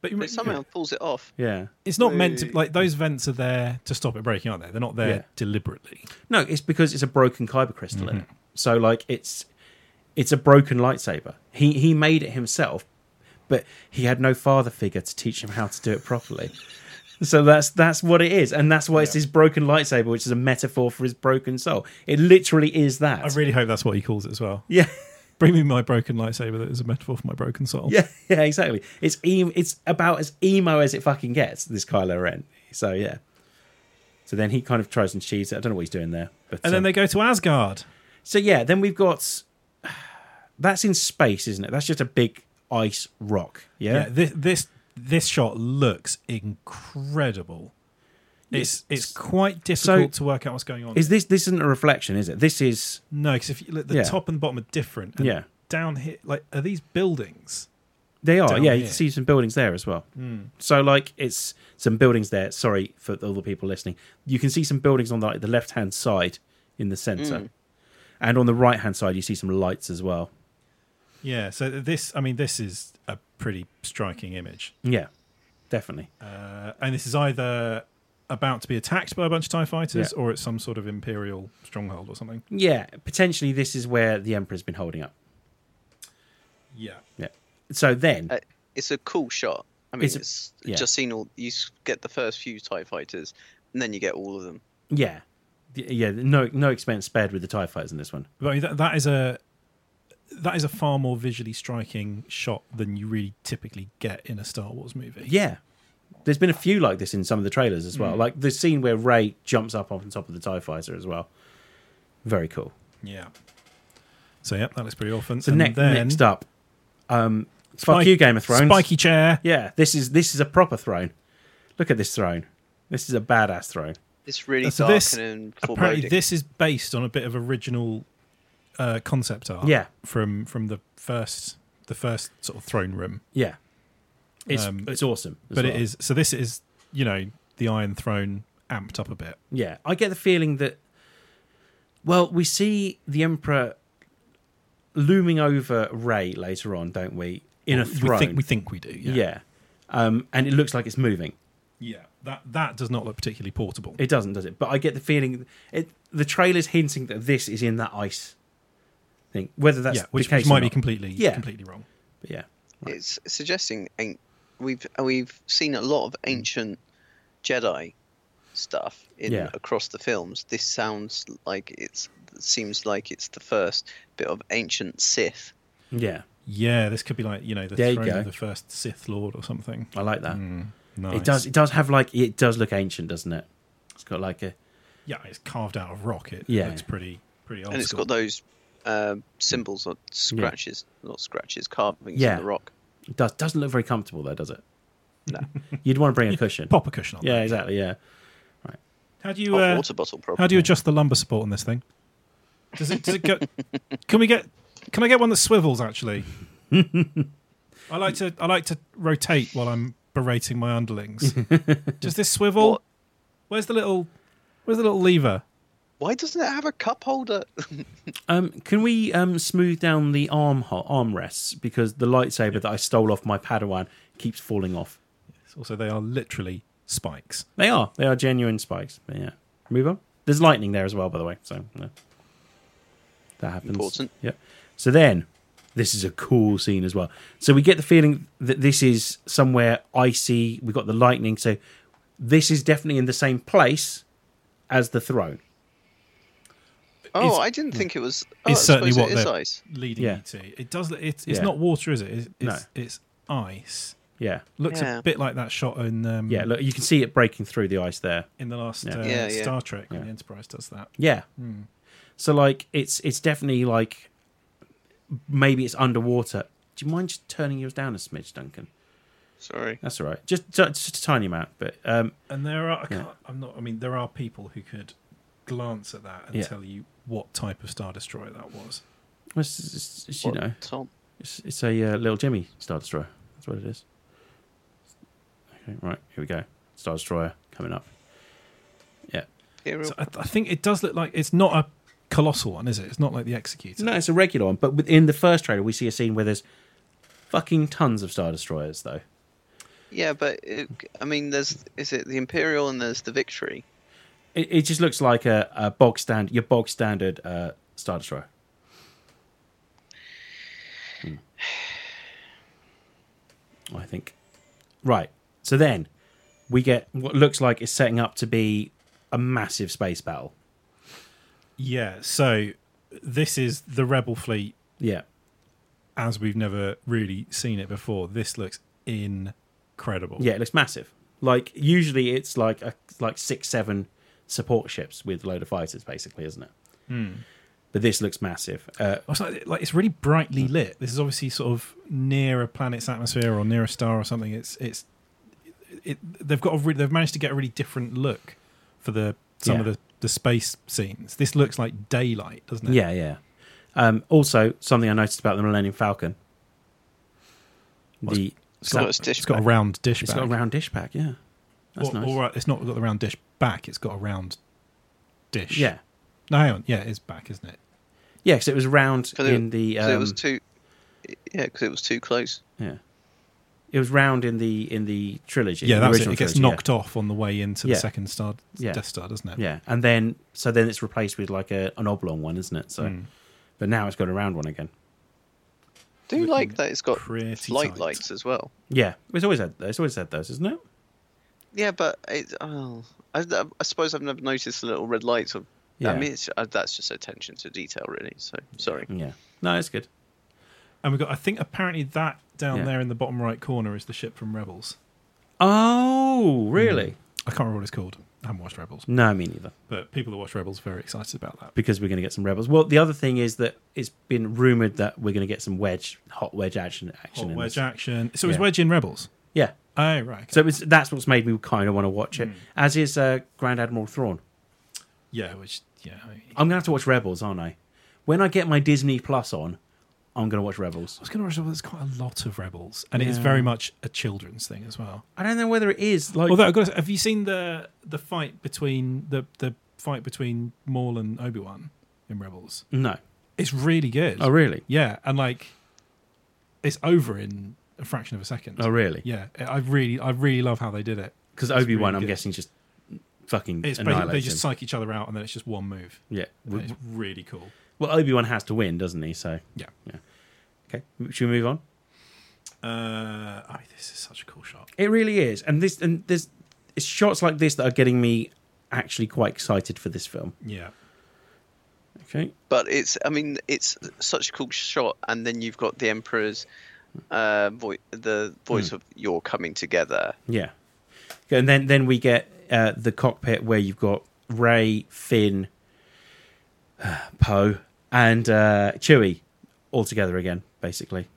Speaker 1: But, you-
Speaker 3: But somehow pulls it off.
Speaker 2: Yeah.
Speaker 1: it's not meant to like those vents are there to stop it breaking, aren't they? They're not there
Speaker 2: Yeah.
Speaker 1: deliberately.
Speaker 2: No, it's because it's a broken kyber crystal in it. So like it's it's a broken lightsaber. He he made it himself, but he had no father figure to teach him how to do it properly. [LAUGHS] So that's that's what it is, and that's why it's his broken lightsaber, which is a metaphor for his broken soul. It literally is that.
Speaker 1: I really hope that's what he calls it as well.
Speaker 2: [LAUGHS] yeah.
Speaker 1: Bring me my broken lightsaber that is a metaphor for my broken soul.
Speaker 2: Yeah, yeah, exactly. It's em- it's about as emo as it fucking gets. This Kylo Ren. So yeah. So then he kind of tries and cheats it. I don't know what he's doing there, but
Speaker 1: And
Speaker 2: um,
Speaker 1: then they go to Asgard.
Speaker 2: so yeah, then we've got that's in space, isn't it? That's just a big ice rock. Yeah,
Speaker 1: Yeah, this this this shot looks incredible. It's
Speaker 2: Yes.
Speaker 1: it's quite difficult to work out what's going on.
Speaker 2: is this this isn't a reflection, is it? This is
Speaker 1: no, because if you look, the
Speaker 2: Yeah.
Speaker 1: top and bottom are different. And
Speaker 2: Yeah.
Speaker 1: down here, like are these buildings?
Speaker 2: they are.
Speaker 1: Down
Speaker 2: yeah, you
Speaker 1: here. Hmm.
Speaker 2: can see some buildings there as well. So like it's some buildings there. Sorry for all the people listening. You can see some buildings on the, like, the left hand side in the center, and on the right hand side you see some lights as well.
Speaker 1: Yeah. So this, I mean, this is a pretty striking image.
Speaker 2: Yeah, definitely.
Speaker 1: Uh, and this is either about to be attacked by a bunch of Tie fighters,
Speaker 2: Yeah.
Speaker 1: or it's some sort of imperial stronghold or something.
Speaker 2: Yeah, potentially this is where the Emperor's been holding up.
Speaker 1: Yeah.
Speaker 2: Yeah. So then,
Speaker 3: Uh, it's a cool shot. I mean,
Speaker 2: It's
Speaker 3: it's,
Speaker 2: a- yeah.
Speaker 3: just seen all. You s- get the first few Tie Fighters, and then you get all of them.
Speaker 2: yeah, Y- yeah, no, no expense spared with the Tie fighters in this one.
Speaker 1: But I mean, that, that is a that is a far more visually striking shot than you really typically get in a Star Wars movie.
Speaker 2: Yeah, there's been a few like this in some of the trailers as well,
Speaker 1: Mm.
Speaker 2: like the scene where Ray jumps up on top of the Tie fighter as well. Very cool.
Speaker 1: Yeah. So yeah, that looks pretty awful.
Speaker 2: So next, next up, um, fuck
Speaker 1: Spike-
Speaker 2: you, Game of Thrones.
Speaker 1: spiky chair.
Speaker 2: Yeah, this is this is a proper throne. Look at this throne. This is a badass throne.
Speaker 3: It's really
Speaker 1: So
Speaker 3: dark
Speaker 1: this-
Speaker 3: and
Speaker 1: Apparently,
Speaker 3: foreboding.
Speaker 1: this is based on a bit of original uh, concept art.
Speaker 2: Yeah.
Speaker 1: From from the first the first sort of throne room,
Speaker 2: Yeah, it's
Speaker 1: Um,
Speaker 2: it's awesome. as
Speaker 1: but it
Speaker 2: well.
Speaker 1: is so this is you know the Iron Throne amped up a bit.
Speaker 2: Yeah, I get the feeling that. Well, we see the Emperor looming over Ray later on, don't we? In a throne.
Speaker 1: We think we think we do. Yeah.
Speaker 2: yeah. Um, and it looks like it's moving.
Speaker 1: Yeah. That that does not look particularly portable.
Speaker 2: It doesn't, does it? But I get the feeling it. The trailer's hinting that this is in that ice thing. Whether that's
Speaker 1: yeah, which,
Speaker 2: the case
Speaker 1: which might
Speaker 2: or
Speaker 1: be
Speaker 2: not.
Speaker 1: completely
Speaker 2: Yeah.
Speaker 1: completely wrong.
Speaker 2: But yeah,
Speaker 3: It's suggesting an- we've uh, we've seen a lot
Speaker 1: Hmm.
Speaker 3: of ancient Jedi stuff in
Speaker 2: Yeah.
Speaker 3: across the films. This sounds like it's seems like it's the first bit of ancient Sith.
Speaker 2: yeah.
Speaker 1: Yeah, this could be like you know the
Speaker 2: There you
Speaker 1: throne
Speaker 2: go.
Speaker 1: of the first Sith Lord or something. Hmm.
Speaker 2: I like that.
Speaker 1: Nice.
Speaker 2: It does. It does have like it does look ancient, doesn't it? It's got like a
Speaker 1: Yeah, it's carved out of rock. It
Speaker 2: Yeah.
Speaker 1: looks pretty pretty old.
Speaker 3: and it's
Speaker 1: school.
Speaker 3: got those uh, symbols or scratches, not scratches, carvings
Speaker 2: Yeah.
Speaker 3: on the rock.
Speaker 2: it does doesn't look very comfortable though, does it?
Speaker 3: No.
Speaker 2: You'd want to
Speaker 1: [LAUGHS]
Speaker 2: bring a cushion.
Speaker 1: popper cushion on.
Speaker 2: Yeah,
Speaker 1: there.
Speaker 2: exactly. Yeah.
Speaker 1: How do you
Speaker 3: Hot
Speaker 1: uh,
Speaker 3: Oh, water bottle, probably.
Speaker 1: how do you adjust the lumbar support on this thing? Does it does it
Speaker 2: [LAUGHS]
Speaker 1: go? can we get? Can I get one that swivels? Actually, I like to I like to rotate while I'm berating my
Speaker 2: [LAUGHS]
Speaker 1: underlings. does this swivel?
Speaker 3: What?
Speaker 1: Where's the little? Where's the little lever?
Speaker 3: Why doesn't it have a cup holder? [LAUGHS]
Speaker 2: Um, can we um, smooth down the arm ho- armrests because the lightsaber that I stole off my Padawan keeps falling off.
Speaker 1: Also, they are literally spikes.
Speaker 2: They are they are genuine spikes. But yeah, move on. There's lightning there as well, by the way. So yeah. that happens.
Speaker 3: Important.
Speaker 2: Yeah. So then, this is a cool scene as well. So we get the feeling that this is somewhere icy. We got the lightning. So this is definitely in the same place as the throne.
Speaker 3: Oh,
Speaker 1: It's-
Speaker 3: I didn't think it was. Oh,
Speaker 1: it's
Speaker 3: I
Speaker 1: certainly
Speaker 3: suppose
Speaker 1: what
Speaker 3: it is
Speaker 1: they're-
Speaker 3: ice.
Speaker 1: Leading
Speaker 2: Yeah.
Speaker 1: you to it does. It's, it's
Speaker 2: Yeah.
Speaker 1: not water, is it? It's,
Speaker 2: No.
Speaker 1: it's, it's ice.
Speaker 2: Yeah,
Speaker 1: Looks
Speaker 3: Yeah.
Speaker 1: a bit like that shot in um,
Speaker 2: yeah. Look, you can see it breaking through the ice there.
Speaker 1: in the last
Speaker 2: Yeah.
Speaker 1: Uh,
Speaker 3: Yeah, yeah.
Speaker 1: Star Trek when
Speaker 2: Yeah.
Speaker 1: the Enterprise does that. Hmm.
Speaker 2: Yeah. So like it's it's definitely like maybe it's underwater. Do you mind just turning yours down a smidge, Duncan?
Speaker 3: Sorry.
Speaker 2: That's all right. Just ju- just a tiny amount, but um,
Speaker 1: And there are I
Speaker 2: Yeah.
Speaker 1: can't, I'm not I mean there are people who could glance at that and
Speaker 2: Yeah.
Speaker 1: tell you what type of star destroyer that was.
Speaker 2: it's, it's, it's, you
Speaker 3: What,
Speaker 2: know,
Speaker 3: Tom?
Speaker 2: it's, it's a uh, little Jimmy Star Destroyer. That's what it is. Okay, right here we go. Star Destroyer coming up.
Speaker 3: Imperial?
Speaker 1: So I, I think it does look like it's not a colossal one, is it? It's not like the Executor.
Speaker 2: No, it's a regular one, but within the first trailer, we see a scene where there's fucking tons of Star Destroyers, though.
Speaker 3: Yeah, but it, I mean, there's is it the Imperial and there's the Victory.
Speaker 2: It, it just looks like a, a bog stand, your bog standard uh, Star Destroyer. Hmm. I think. Right. So then we get what looks like it's setting up to be a massive space battle.
Speaker 1: Yeah, so this is the Rebel fleet
Speaker 2: Yeah.
Speaker 1: as we've never really seen it before. This looks incredible.
Speaker 2: Yeah, it looks massive. Like usually it's like a, like six, seven support ships with a load of fighters, basically, isn't it? But this looks massive. Uh,
Speaker 1: It's like, like it's really brightly lit. This is obviously sort of near a planet's atmosphere or near a star or something. It's it's it, they've got a re- they've managed to get a really different look for the some
Speaker 2: Yeah.
Speaker 1: of the the space scenes. This looks like daylight, doesn't it?
Speaker 2: yeah, yeah. Um, also, something I noticed about the Millennium Falcon. The
Speaker 3: It's got its dish
Speaker 1: It's got a
Speaker 3: back.
Speaker 1: round dish
Speaker 2: it's
Speaker 1: back.
Speaker 2: got a round dish pack. Yeah, that's
Speaker 1: Or-
Speaker 2: nice.
Speaker 1: or, uh, it's not got the round dish back. It's got a round dish.
Speaker 2: Yeah,
Speaker 1: No, hang on. Yeah, it is back, isn't it?
Speaker 2: yeah, because it was round
Speaker 3: 'Cause it-
Speaker 2: in the.
Speaker 3: 'cause
Speaker 2: Um,
Speaker 3: it was too. Yeah, because it was too close.
Speaker 2: yeah, it was round in the in the trilogy.
Speaker 1: yeah,
Speaker 2: the
Speaker 1: that's it.
Speaker 2: original
Speaker 1: It gets
Speaker 2: trilogy, yeah.
Speaker 1: knocked off on the way into
Speaker 2: Yeah.
Speaker 1: the second star,
Speaker 2: Yeah.
Speaker 1: Death Star, doesn't it?
Speaker 2: Yeah, and then so then it's replaced with like a an oblong one, isn't it? So,
Speaker 1: Hmm.
Speaker 2: but now it's got a round one again.
Speaker 3: Do you like that? It's got
Speaker 1: pretty
Speaker 3: light
Speaker 1: tight.
Speaker 3: lights as well.
Speaker 2: Yeah, it's always had it's always had those, isn't it?
Speaker 3: Yeah, but it, oh, I, I suppose I've never noticed the little red lights. Of,
Speaker 2: Yeah.
Speaker 3: I mean, it's, uh, that's just attention to detail, really. So sorry.
Speaker 2: Yeah, no, it's good.
Speaker 1: And we got. I think apparently that down
Speaker 2: Yeah.
Speaker 1: there in the bottom right corner is the ship from Rebels.
Speaker 2: Oh, really?
Speaker 1: I can't remember what it's called. I haven't watched Rebels,
Speaker 2: No, me neither.
Speaker 1: but people that watch Rebels are very excited about that.
Speaker 2: Because we're going to get some rebels. Well, the other thing is that it's been rumored that we're going to get some wedge, hot wedge action. action
Speaker 1: Hot
Speaker 2: in
Speaker 1: wedge
Speaker 2: this.
Speaker 1: action. Oh, So it's
Speaker 2: Yeah.
Speaker 1: wedge in Rebels.
Speaker 2: Yeah.
Speaker 1: Oh right. okay.
Speaker 2: So it's, that's what's made me kind of want to watch
Speaker 1: Hmm.
Speaker 2: it. As is uh, Grand Admiral Thrawn.
Speaker 1: yeah, which yeah. I mean- I
Speaker 2: I'm going to have to watch Rebels, aren't I? When I get my Disney Plus on, I'm going to watch Rebels.
Speaker 1: was going to Rebels. There's quite a lot of Rebels, and it is
Speaker 2: Yeah.
Speaker 1: very much a children's thing as well.
Speaker 2: I don't know whether it is like.
Speaker 1: Although, I've [LAUGHS] got to say, have you seen the the fight between the the fight between Maul and Obi Wan in Rebels?
Speaker 2: no.
Speaker 1: It's really good.
Speaker 2: Oh, really?
Speaker 1: Yeah, and like it's over in a fraction of a second.
Speaker 2: Oh, really?
Speaker 1: Yeah, I I really, I really love how they did it.
Speaker 2: Because
Speaker 1: It's
Speaker 2: Obi Wan,
Speaker 1: really
Speaker 2: I'm
Speaker 1: good.
Speaker 2: guessing, just fucking
Speaker 1: It's basically
Speaker 2: annihilates
Speaker 1: they just
Speaker 2: him.
Speaker 1: psych each other out, and then it's just one move.
Speaker 2: Yeah.
Speaker 1: And It's really cool.
Speaker 2: Well, Obi Wan has to win, doesn't he? So
Speaker 1: Yeah.
Speaker 2: yeah. Okay, should we move on?
Speaker 1: Uh, I mean, this is such a cool shot.
Speaker 2: It really is, and this and there's it's shots like this that are getting me actually quite excited for this film.
Speaker 1: Yeah,
Speaker 2: Okay.
Speaker 3: But it's, I mean, it's such a cool shot, and then you've got the Emperor's uh, voice, the voice
Speaker 1: Hmm.
Speaker 3: of "You're coming together."
Speaker 2: Yeah. Okay, And then then we get uh, the cockpit where you've got Ray, Finn, [SIGHS] Poe, and uh, Chewie all together again, basically.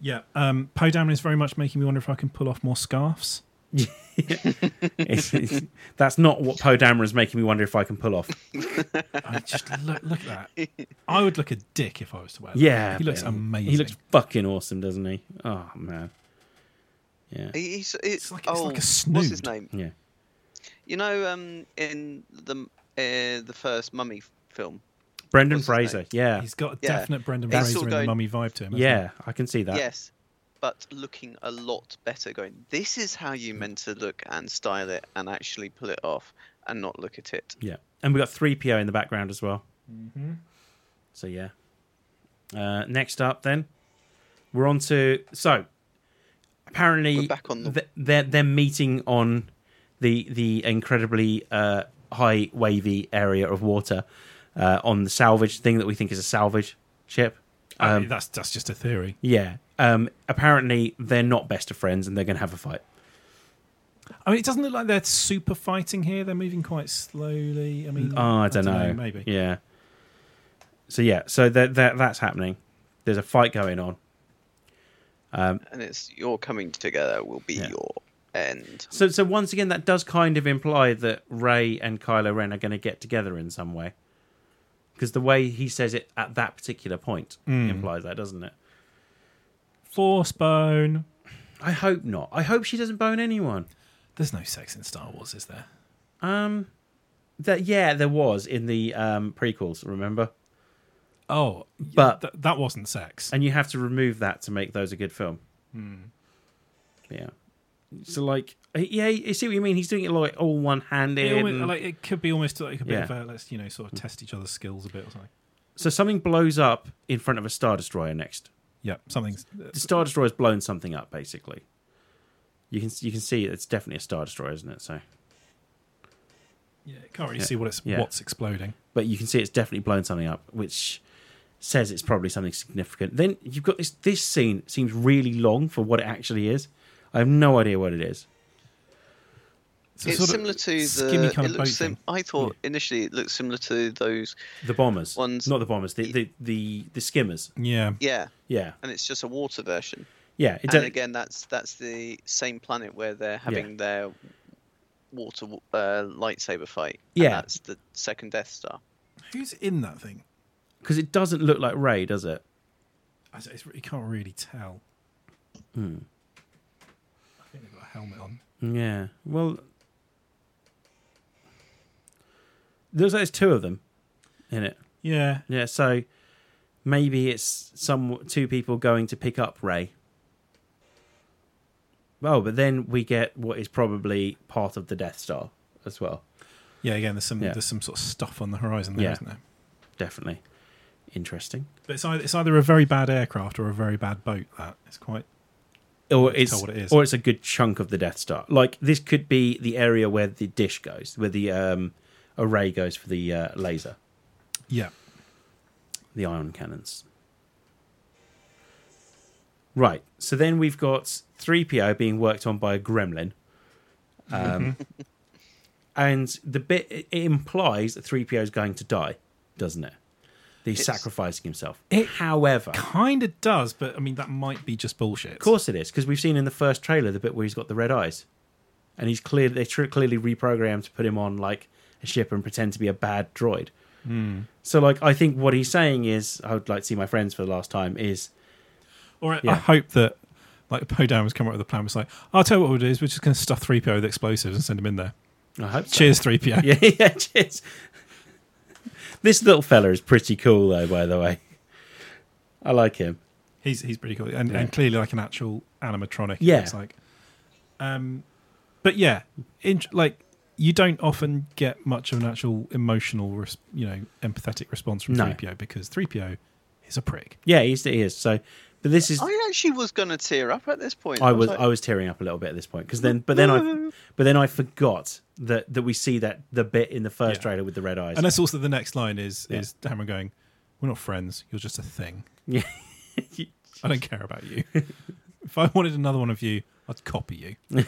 Speaker 1: yeah. Um, Poe Dameron is very much making me wonder if I can pull off more scarves.
Speaker 2: It's-
Speaker 1: [LAUGHS]
Speaker 2: it's- that's not what Poe Dameron is making me wonder if I can pull off.
Speaker 1: I
Speaker 2: [LAUGHS]
Speaker 1: just look, look at that. I would look a dick if I was to wear. That.
Speaker 2: Yeah,
Speaker 1: he looks
Speaker 2: man.
Speaker 1: amazing.
Speaker 2: He looks fucking awesome, doesn't he? Oh man, yeah,
Speaker 3: He- He's, it's,
Speaker 1: like- it's
Speaker 3: oh,
Speaker 1: like a
Speaker 3: What's his
Speaker 1: snood.
Speaker 3: name?
Speaker 2: yeah,
Speaker 3: You know, um, in the uh, the first Mummy film.
Speaker 2: Brendan
Speaker 3: What's his
Speaker 2: Fraser.
Speaker 3: name?
Speaker 2: Yeah,
Speaker 1: He's got a
Speaker 3: Yeah.
Speaker 1: definite Brendan
Speaker 3: It's
Speaker 1: Fraser
Speaker 3: all
Speaker 1: and
Speaker 3: going-
Speaker 1: mummy vibe to him. hasn't
Speaker 2: yeah, I can see that.
Speaker 3: Yes, but looking a lot better. Going, this is how you meant to look and style it, and actually pull it off, and not look at it.
Speaker 2: Yeah, and we got three PO in the background as well. So yeah. Uh, next up, then we're on to so apparently
Speaker 3: We're back on the-
Speaker 2: th- they're they're meeting on the the incredibly uh, high wavy area of water uh, on the salvage thing that we think is a salvage ship.
Speaker 1: he? I mean, that's that's just a theory.
Speaker 2: Yeah. Um, apparently, they're not best of friends, and they're going to have a fight.
Speaker 1: I mean, it doesn't look like they're super fighting here. They're moving quite slowly. Mm, I mean,
Speaker 2: Oh, I don't, know.
Speaker 1: Maybe.
Speaker 2: Yeah. So yeah, so that that that's happening. There's a fight going on.
Speaker 3: and it's your coming together will be
Speaker 2: Yeah.
Speaker 3: your end.
Speaker 2: So so once again, that does kind of imply that Ray and Kylo Ren are going to get together in some way, because the way he says it at that particular point implies that, doesn't it?
Speaker 1: Force bone.
Speaker 2: I hope not. I hope she doesn't bone anyone.
Speaker 1: There's no sex in Star Wars, is there?
Speaker 2: Um, that yeah, there was in the um prequels. Remember.
Speaker 1: Oh, y-
Speaker 2: But-
Speaker 1: th- that wasn't sex. Hmm.
Speaker 2: and you have to remove that to make those a good film. Yeah. So like, yeah, you see what you mean. He's doing it like all one-handed.
Speaker 1: It, almost,
Speaker 2: and-
Speaker 1: like, it could be almost like a bit
Speaker 2: Yeah.
Speaker 1: of a let's you know sort of test each other's skills a bit or something.
Speaker 2: so something blows up in front of a star destroyer next.
Speaker 1: Yeah, something's
Speaker 2: The star destroyer's blown something up, basically. You can you can see it's definitely a star destroyer, isn't it? So,
Speaker 1: uh, yeah, can't really
Speaker 2: Yeah.
Speaker 1: see what it's
Speaker 2: Yeah.
Speaker 1: what's exploding.
Speaker 2: but you can see it's definitely blown something up, which says it's probably something significant. Then you've got this. This scene seems really long for what it actually is. I have no idea what it is.
Speaker 1: a
Speaker 3: It's
Speaker 1: sort of
Speaker 3: similar to
Speaker 1: skimmy
Speaker 3: the.
Speaker 1: kind
Speaker 3: it
Speaker 1: of boat
Speaker 3: looks sim-
Speaker 1: thing.
Speaker 3: I thought initially it looked similar to those.
Speaker 2: The bombers,
Speaker 3: One's-
Speaker 2: not the bombers. The the the, the skimmers.
Speaker 1: Yeah,
Speaker 3: Yeah,
Speaker 2: Yeah,
Speaker 3: and it's just a water version.
Speaker 2: yeah. It
Speaker 3: and
Speaker 2: don't-
Speaker 3: again, that's that's the same planet where they're having their water uh, lightsaber fight. and
Speaker 2: Yeah.
Speaker 3: that's the second Death Star.
Speaker 1: who's in that thing?
Speaker 2: because it doesn't look like Ray, does it?
Speaker 1: I don't- it's, you can't really tell.
Speaker 2: Hmm.
Speaker 1: I think they've got a helmet on.
Speaker 2: Yeah. Well, there's there's two of them in it.
Speaker 1: Yeah,
Speaker 2: Yeah. So maybe it's some two people going to pick up Ray. Oh, but then we get what is probably part of the Death Star as well.
Speaker 1: yeah. Again, there's some
Speaker 2: Yeah.
Speaker 1: there's some sort of stuff on the horizon there,
Speaker 2: Yeah.
Speaker 1: not there?
Speaker 2: Definitely interesting.
Speaker 1: But it's either, it's either a very bad aircraft or a very bad boat. That it's quite
Speaker 2: or
Speaker 1: Can't
Speaker 2: it's
Speaker 1: tell what it is.
Speaker 2: or it's a good chunk of the Death Star. Like this could be the area where the dish goes, where the um, array goes for the uh, laser,
Speaker 1: yeah.
Speaker 2: the ion cannons. Right. So then we've got three PO being worked on by a gremlin. Um, and the bit it implies that three PO is going to die, doesn't it? That He's
Speaker 3: It's-
Speaker 2: sacrificing himself.
Speaker 1: It-
Speaker 2: However, of
Speaker 1: Kind of does, but I mean that might be just bullshit. Of
Speaker 2: course it is because we've seen in the first trailer the bit where he's got the red eyes, and he's clearly they tr- clearly reprogrammed to put him on like a ship and pretend to be a bad droid. So like I think what he's saying is I would like to see my friends for the last time is
Speaker 1: Or I- I
Speaker 2: Yeah.
Speaker 1: hope that like Poe Dameron has come up with a plan. It's like, I'll tell you what we'll do is we're just going to stuff three PO with explosives and send him in there.
Speaker 2: I hope so. [LAUGHS]
Speaker 1: Cheers, three PO.
Speaker 2: yeah yeah cheers. this little fella is pretty cool though by the way. I like him.
Speaker 1: He's he's pretty cool and,
Speaker 2: Yeah.
Speaker 1: and clearly like an actual animatronic. it
Speaker 2: Yeah.
Speaker 1: looks like, um, but yeah, in, like you don't often get much of an actual emotional, res- you know, empathetic response from
Speaker 2: No.
Speaker 1: three PO because three PO is a prick.
Speaker 2: Yeah, he's he is. So but this is
Speaker 3: I actually Oh, was going to tear up at this point.
Speaker 2: I was
Speaker 3: like,
Speaker 2: I was tearing up a little bit at this point because then but then I but then I forgot that that we see that the bit in the first
Speaker 1: Yeah.
Speaker 2: trailer with the red eyes.
Speaker 1: And that's also the next line is
Speaker 2: Yeah.
Speaker 1: is Dameron going, "We're not friends. You're just a thing.
Speaker 2: Yeah.
Speaker 1: [LAUGHS] I don't care about you. if I wanted another one of you, I'd copy you."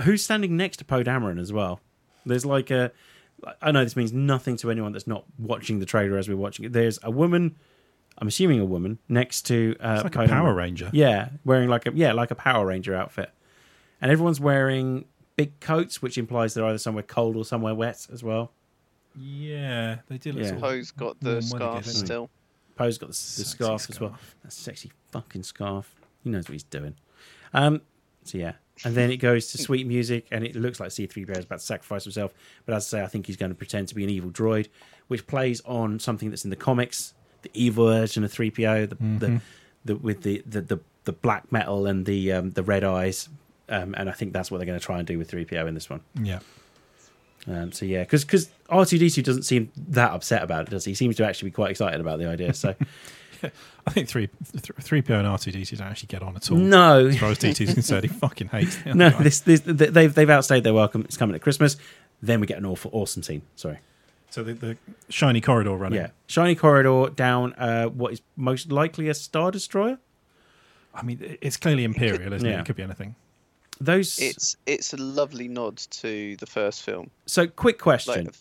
Speaker 2: Who's standing next to Poe Dameron as well? There's like a. I know this means nothing to anyone that's not watching the trailer as we're watching it. There's a woman, I'm assuming a woman, next to uh,
Speaker 1: It's like
Speaker 2: Poe
Speaker 1: a Power
Speaker 2: Dameron.
Speaker 1: Ranger.
Speaker 2: Yeah, wearing like a yeah like a Power Ranger outfit, and everyone's wearing big coats, which implies they're either somewhere cold or somewhere wet as well.
Speaker 1: Yeah, they do look
Speaker 2: Yeah.
Speaker 1: sort of-
Speaker 3: Poe's got the
Speaker 1: Warm weather
Speaker 3: scarf
Speaker 1: gift, isn't
Speaker 3: still.
Speaker 2: Poe's got the, the
Speaker 1: Sexy
Speaker 2: scarf, as well.
Speaker 1: scarf.
Speaker 2: That sexy fucking scarf. He knows what he's doing. Um, so [LAUGHS] yeah, and then it goes to sweet music, and it looks like C-3PO is about to sacrifice himself. But as I say, I think he's going to pretend to be an evil droid, which plays on something that's in the comics, the evil version of 3PO, the, the, the with the, the the the black metal and the um, the red eyes. Um, and I think that's what they're going to try and do with 3PO in this one.
Speaker 1: Yeah.
Speaker 2: Um, so yeah, because because R2D2 doesn't seem that upset about it, does he? He seems to actually be quite excited about the idea. So
Speaker 1: I think three three PO and R two D two don't actually get on at all. [LAUGHS]
Speaker 2: no,
Speaker 1: As far as D 2s concerned, he fucking
Speaker 2: [LAUGHS]
Speaker 1: hates. the other
Speaker 2: no,
Speaker 1: guy.
Speaker 2: this, this th- they've they've outstayed their welcome. It's coming at Christmas. Then we get an awful awesome scene. Sorry,
Speaker 1: So the, the shiny corridor running.
Speaker 2: Yeah, shiny corridor down uh, what is most likely a star destroyer.
Speaker 1: I mean, it- it's clearly imperial, isn't it?
Speaker 2: Yeah.
Speaker 1: It could be anything.
Speaker 2: Those.
Speaker 3: It's it's a lovely nod to the first film,
Speaker 2: so, quick question.
Speaker 3: like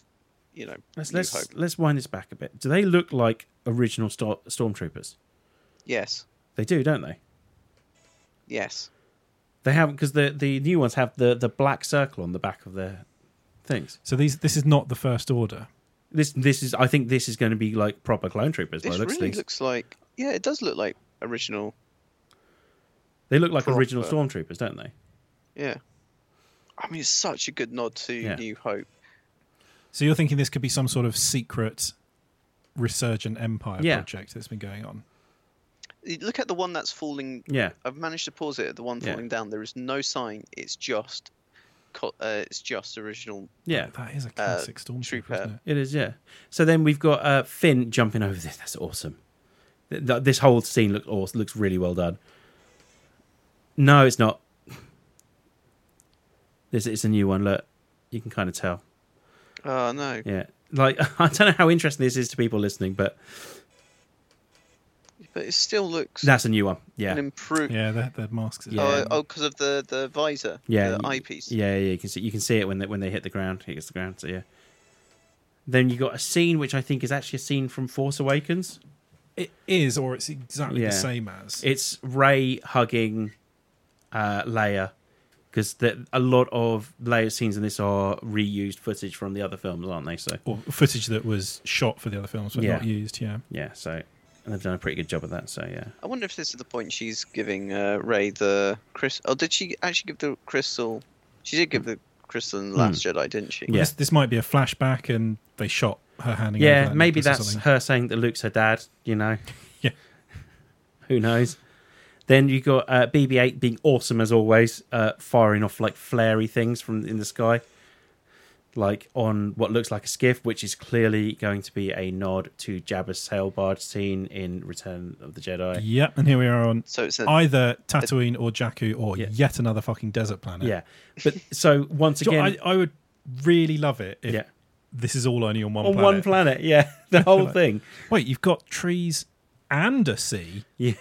Speaker 3: you know,
Speaker 2: let's
Speaker 3: New
Speaker 2: let's
Speaker 3: Hope.
Speaker 2: let's wind this back a bit. Do they look like original star- stormtroopers?
Speaker 3: Yes,
Speaker 2: They do, don't they?
Speaker 3: yes,
Speaker 2: They have because the the new ones have the the black circle on the back of their things.
Speaker 1: So these this is not the first order.
Speaker 2: This this is I think this is going to be like proper clone troopers. By
Speaker 3: this
Speaker 2: the looks of
Speaker 3: really
Speaker 2: things.
Speaker 3: looks like yeah, it does look like original.
Speaker 2: they look like original
Speaker 3: proper.
Speaker 2: stormtroopers, don't they?
Speaker 3: Yeah, I mean, it's such a good nod to
Speaker 2: Yeah.
Speaker 3: New Hope.
Speaker 1: So you're thinking this could be some sort of secret resurgent empire
Speaker 2: Yeah.
Speaker 1: project that's been going on.
Speaker 3: You Look at the one that's falling.
Speaker 2: Yeah,
Speaker 3: I've managed to pause it at the one
Speaker 2: Yeah.
Speaker 3: falling down. There is no sign. It's just, co- uh, it's just original.
Speaker 2: yeah,
Speaker 1: That is a classic stormtrooper,
Speaker 3: Uh, trooper.
Speaker 1: isn't it?
Speaker 2: it is. Yeah. So then we've got uh, Finn jumping over this. That's awesome. Th- th- this whole scene look awesome. Looks really well done. No, it's not. This it's a new one. Look, you can kind of tell. Ah,
Speaker 3: Oh no!
Speaker 2: Yeah, like [LAUGHS] I don't know how interesting this is to people listening, but
Speaker 3: But it still looks
Speaker 2: that's a new one.
Speaker 3: an
Speaker 2: Yeah,
Speaker 3: improved.
Speaker 1: Yeah, their, their masks.
Speaker 2: Yeah.
Speaker 3: Oh, oh, because of the the visor.
Speaker 2: Yeah,
Speaker 3: the
Speaker 2: you-
Speaker 3: eyepiece.
Speaker 2: Yeah, yeah, you can see you can see it when they, when they hit the ground. It hits the ground. So yeah. Then you got a scene which I think is actually a scene from Force Awakens.
Speaker 1: It is, or it's exactly
Speaker 2: Yeah.
Speaker 1: the same as.
Speaker 2: It's Ray hugging uh, Leia because a lot of Leia scenes in this are reused footage from the other films, aren't they? So
Speaker 1: or footage that was shot for the other films but
Speaker 2: Yeah.
Speaker 1: not used. Yeah.
Speaker 2: yeah, so and they've done a pretty good job of that. So yeah,
Speaker 3: I wonder if this is the point she's giving uh, Ray the crystal. Oh, did she actually give the crystal? She did give the crystal
Speaker 1: Hmm.
Speaker 3: in the Last Jedi, didn't she?
Speaker 2: Yeah.
Speaker 1: This, this might be a flashback, and they shot her handing. over
Speaker 2: yeah,
Speaker 1: that
Speaker 2: maybe
Speaker 1: necklace or
Speaker 2: that's
Speaker 1: something.
Speaker 2: her saying that Luke's her dad. You know,
Speaker 1: [LAUGHS] Yeah.
Speaker 2: who knows? Then you got uh, BB-8 being awesome as always, uh, firing off like flary things from in the sky, like on what looks like a skiff, which is clearly going to be a nod to Jabba's sail barge scene in Return of the Jedi.
Speaker 1: Yep, and here we are on
Speaker 3: So it's a,
Speaker 1: either Tatooine or Jakku or
Speaker 2: Yeah.
Speaker 1: yet another fucking desert planet.
Speaker 2: Yeah, but so once
Speaker 1: Do you-
Speaker 2: again,
Speaker 1: I, I would really love it if
Speaker 2: yeah,
Speaker 1: this is all only on one
Speaker 2: on
Speaker 1: planet.
Speaker 2: one planet, yeah, [LAUGHS] the whole
Speaker 1: [LAUGHS] Like-
Speaker 2: thing.
Speaker 1: Wait, you've got trees and a sea.
Speaker 2: Yeah.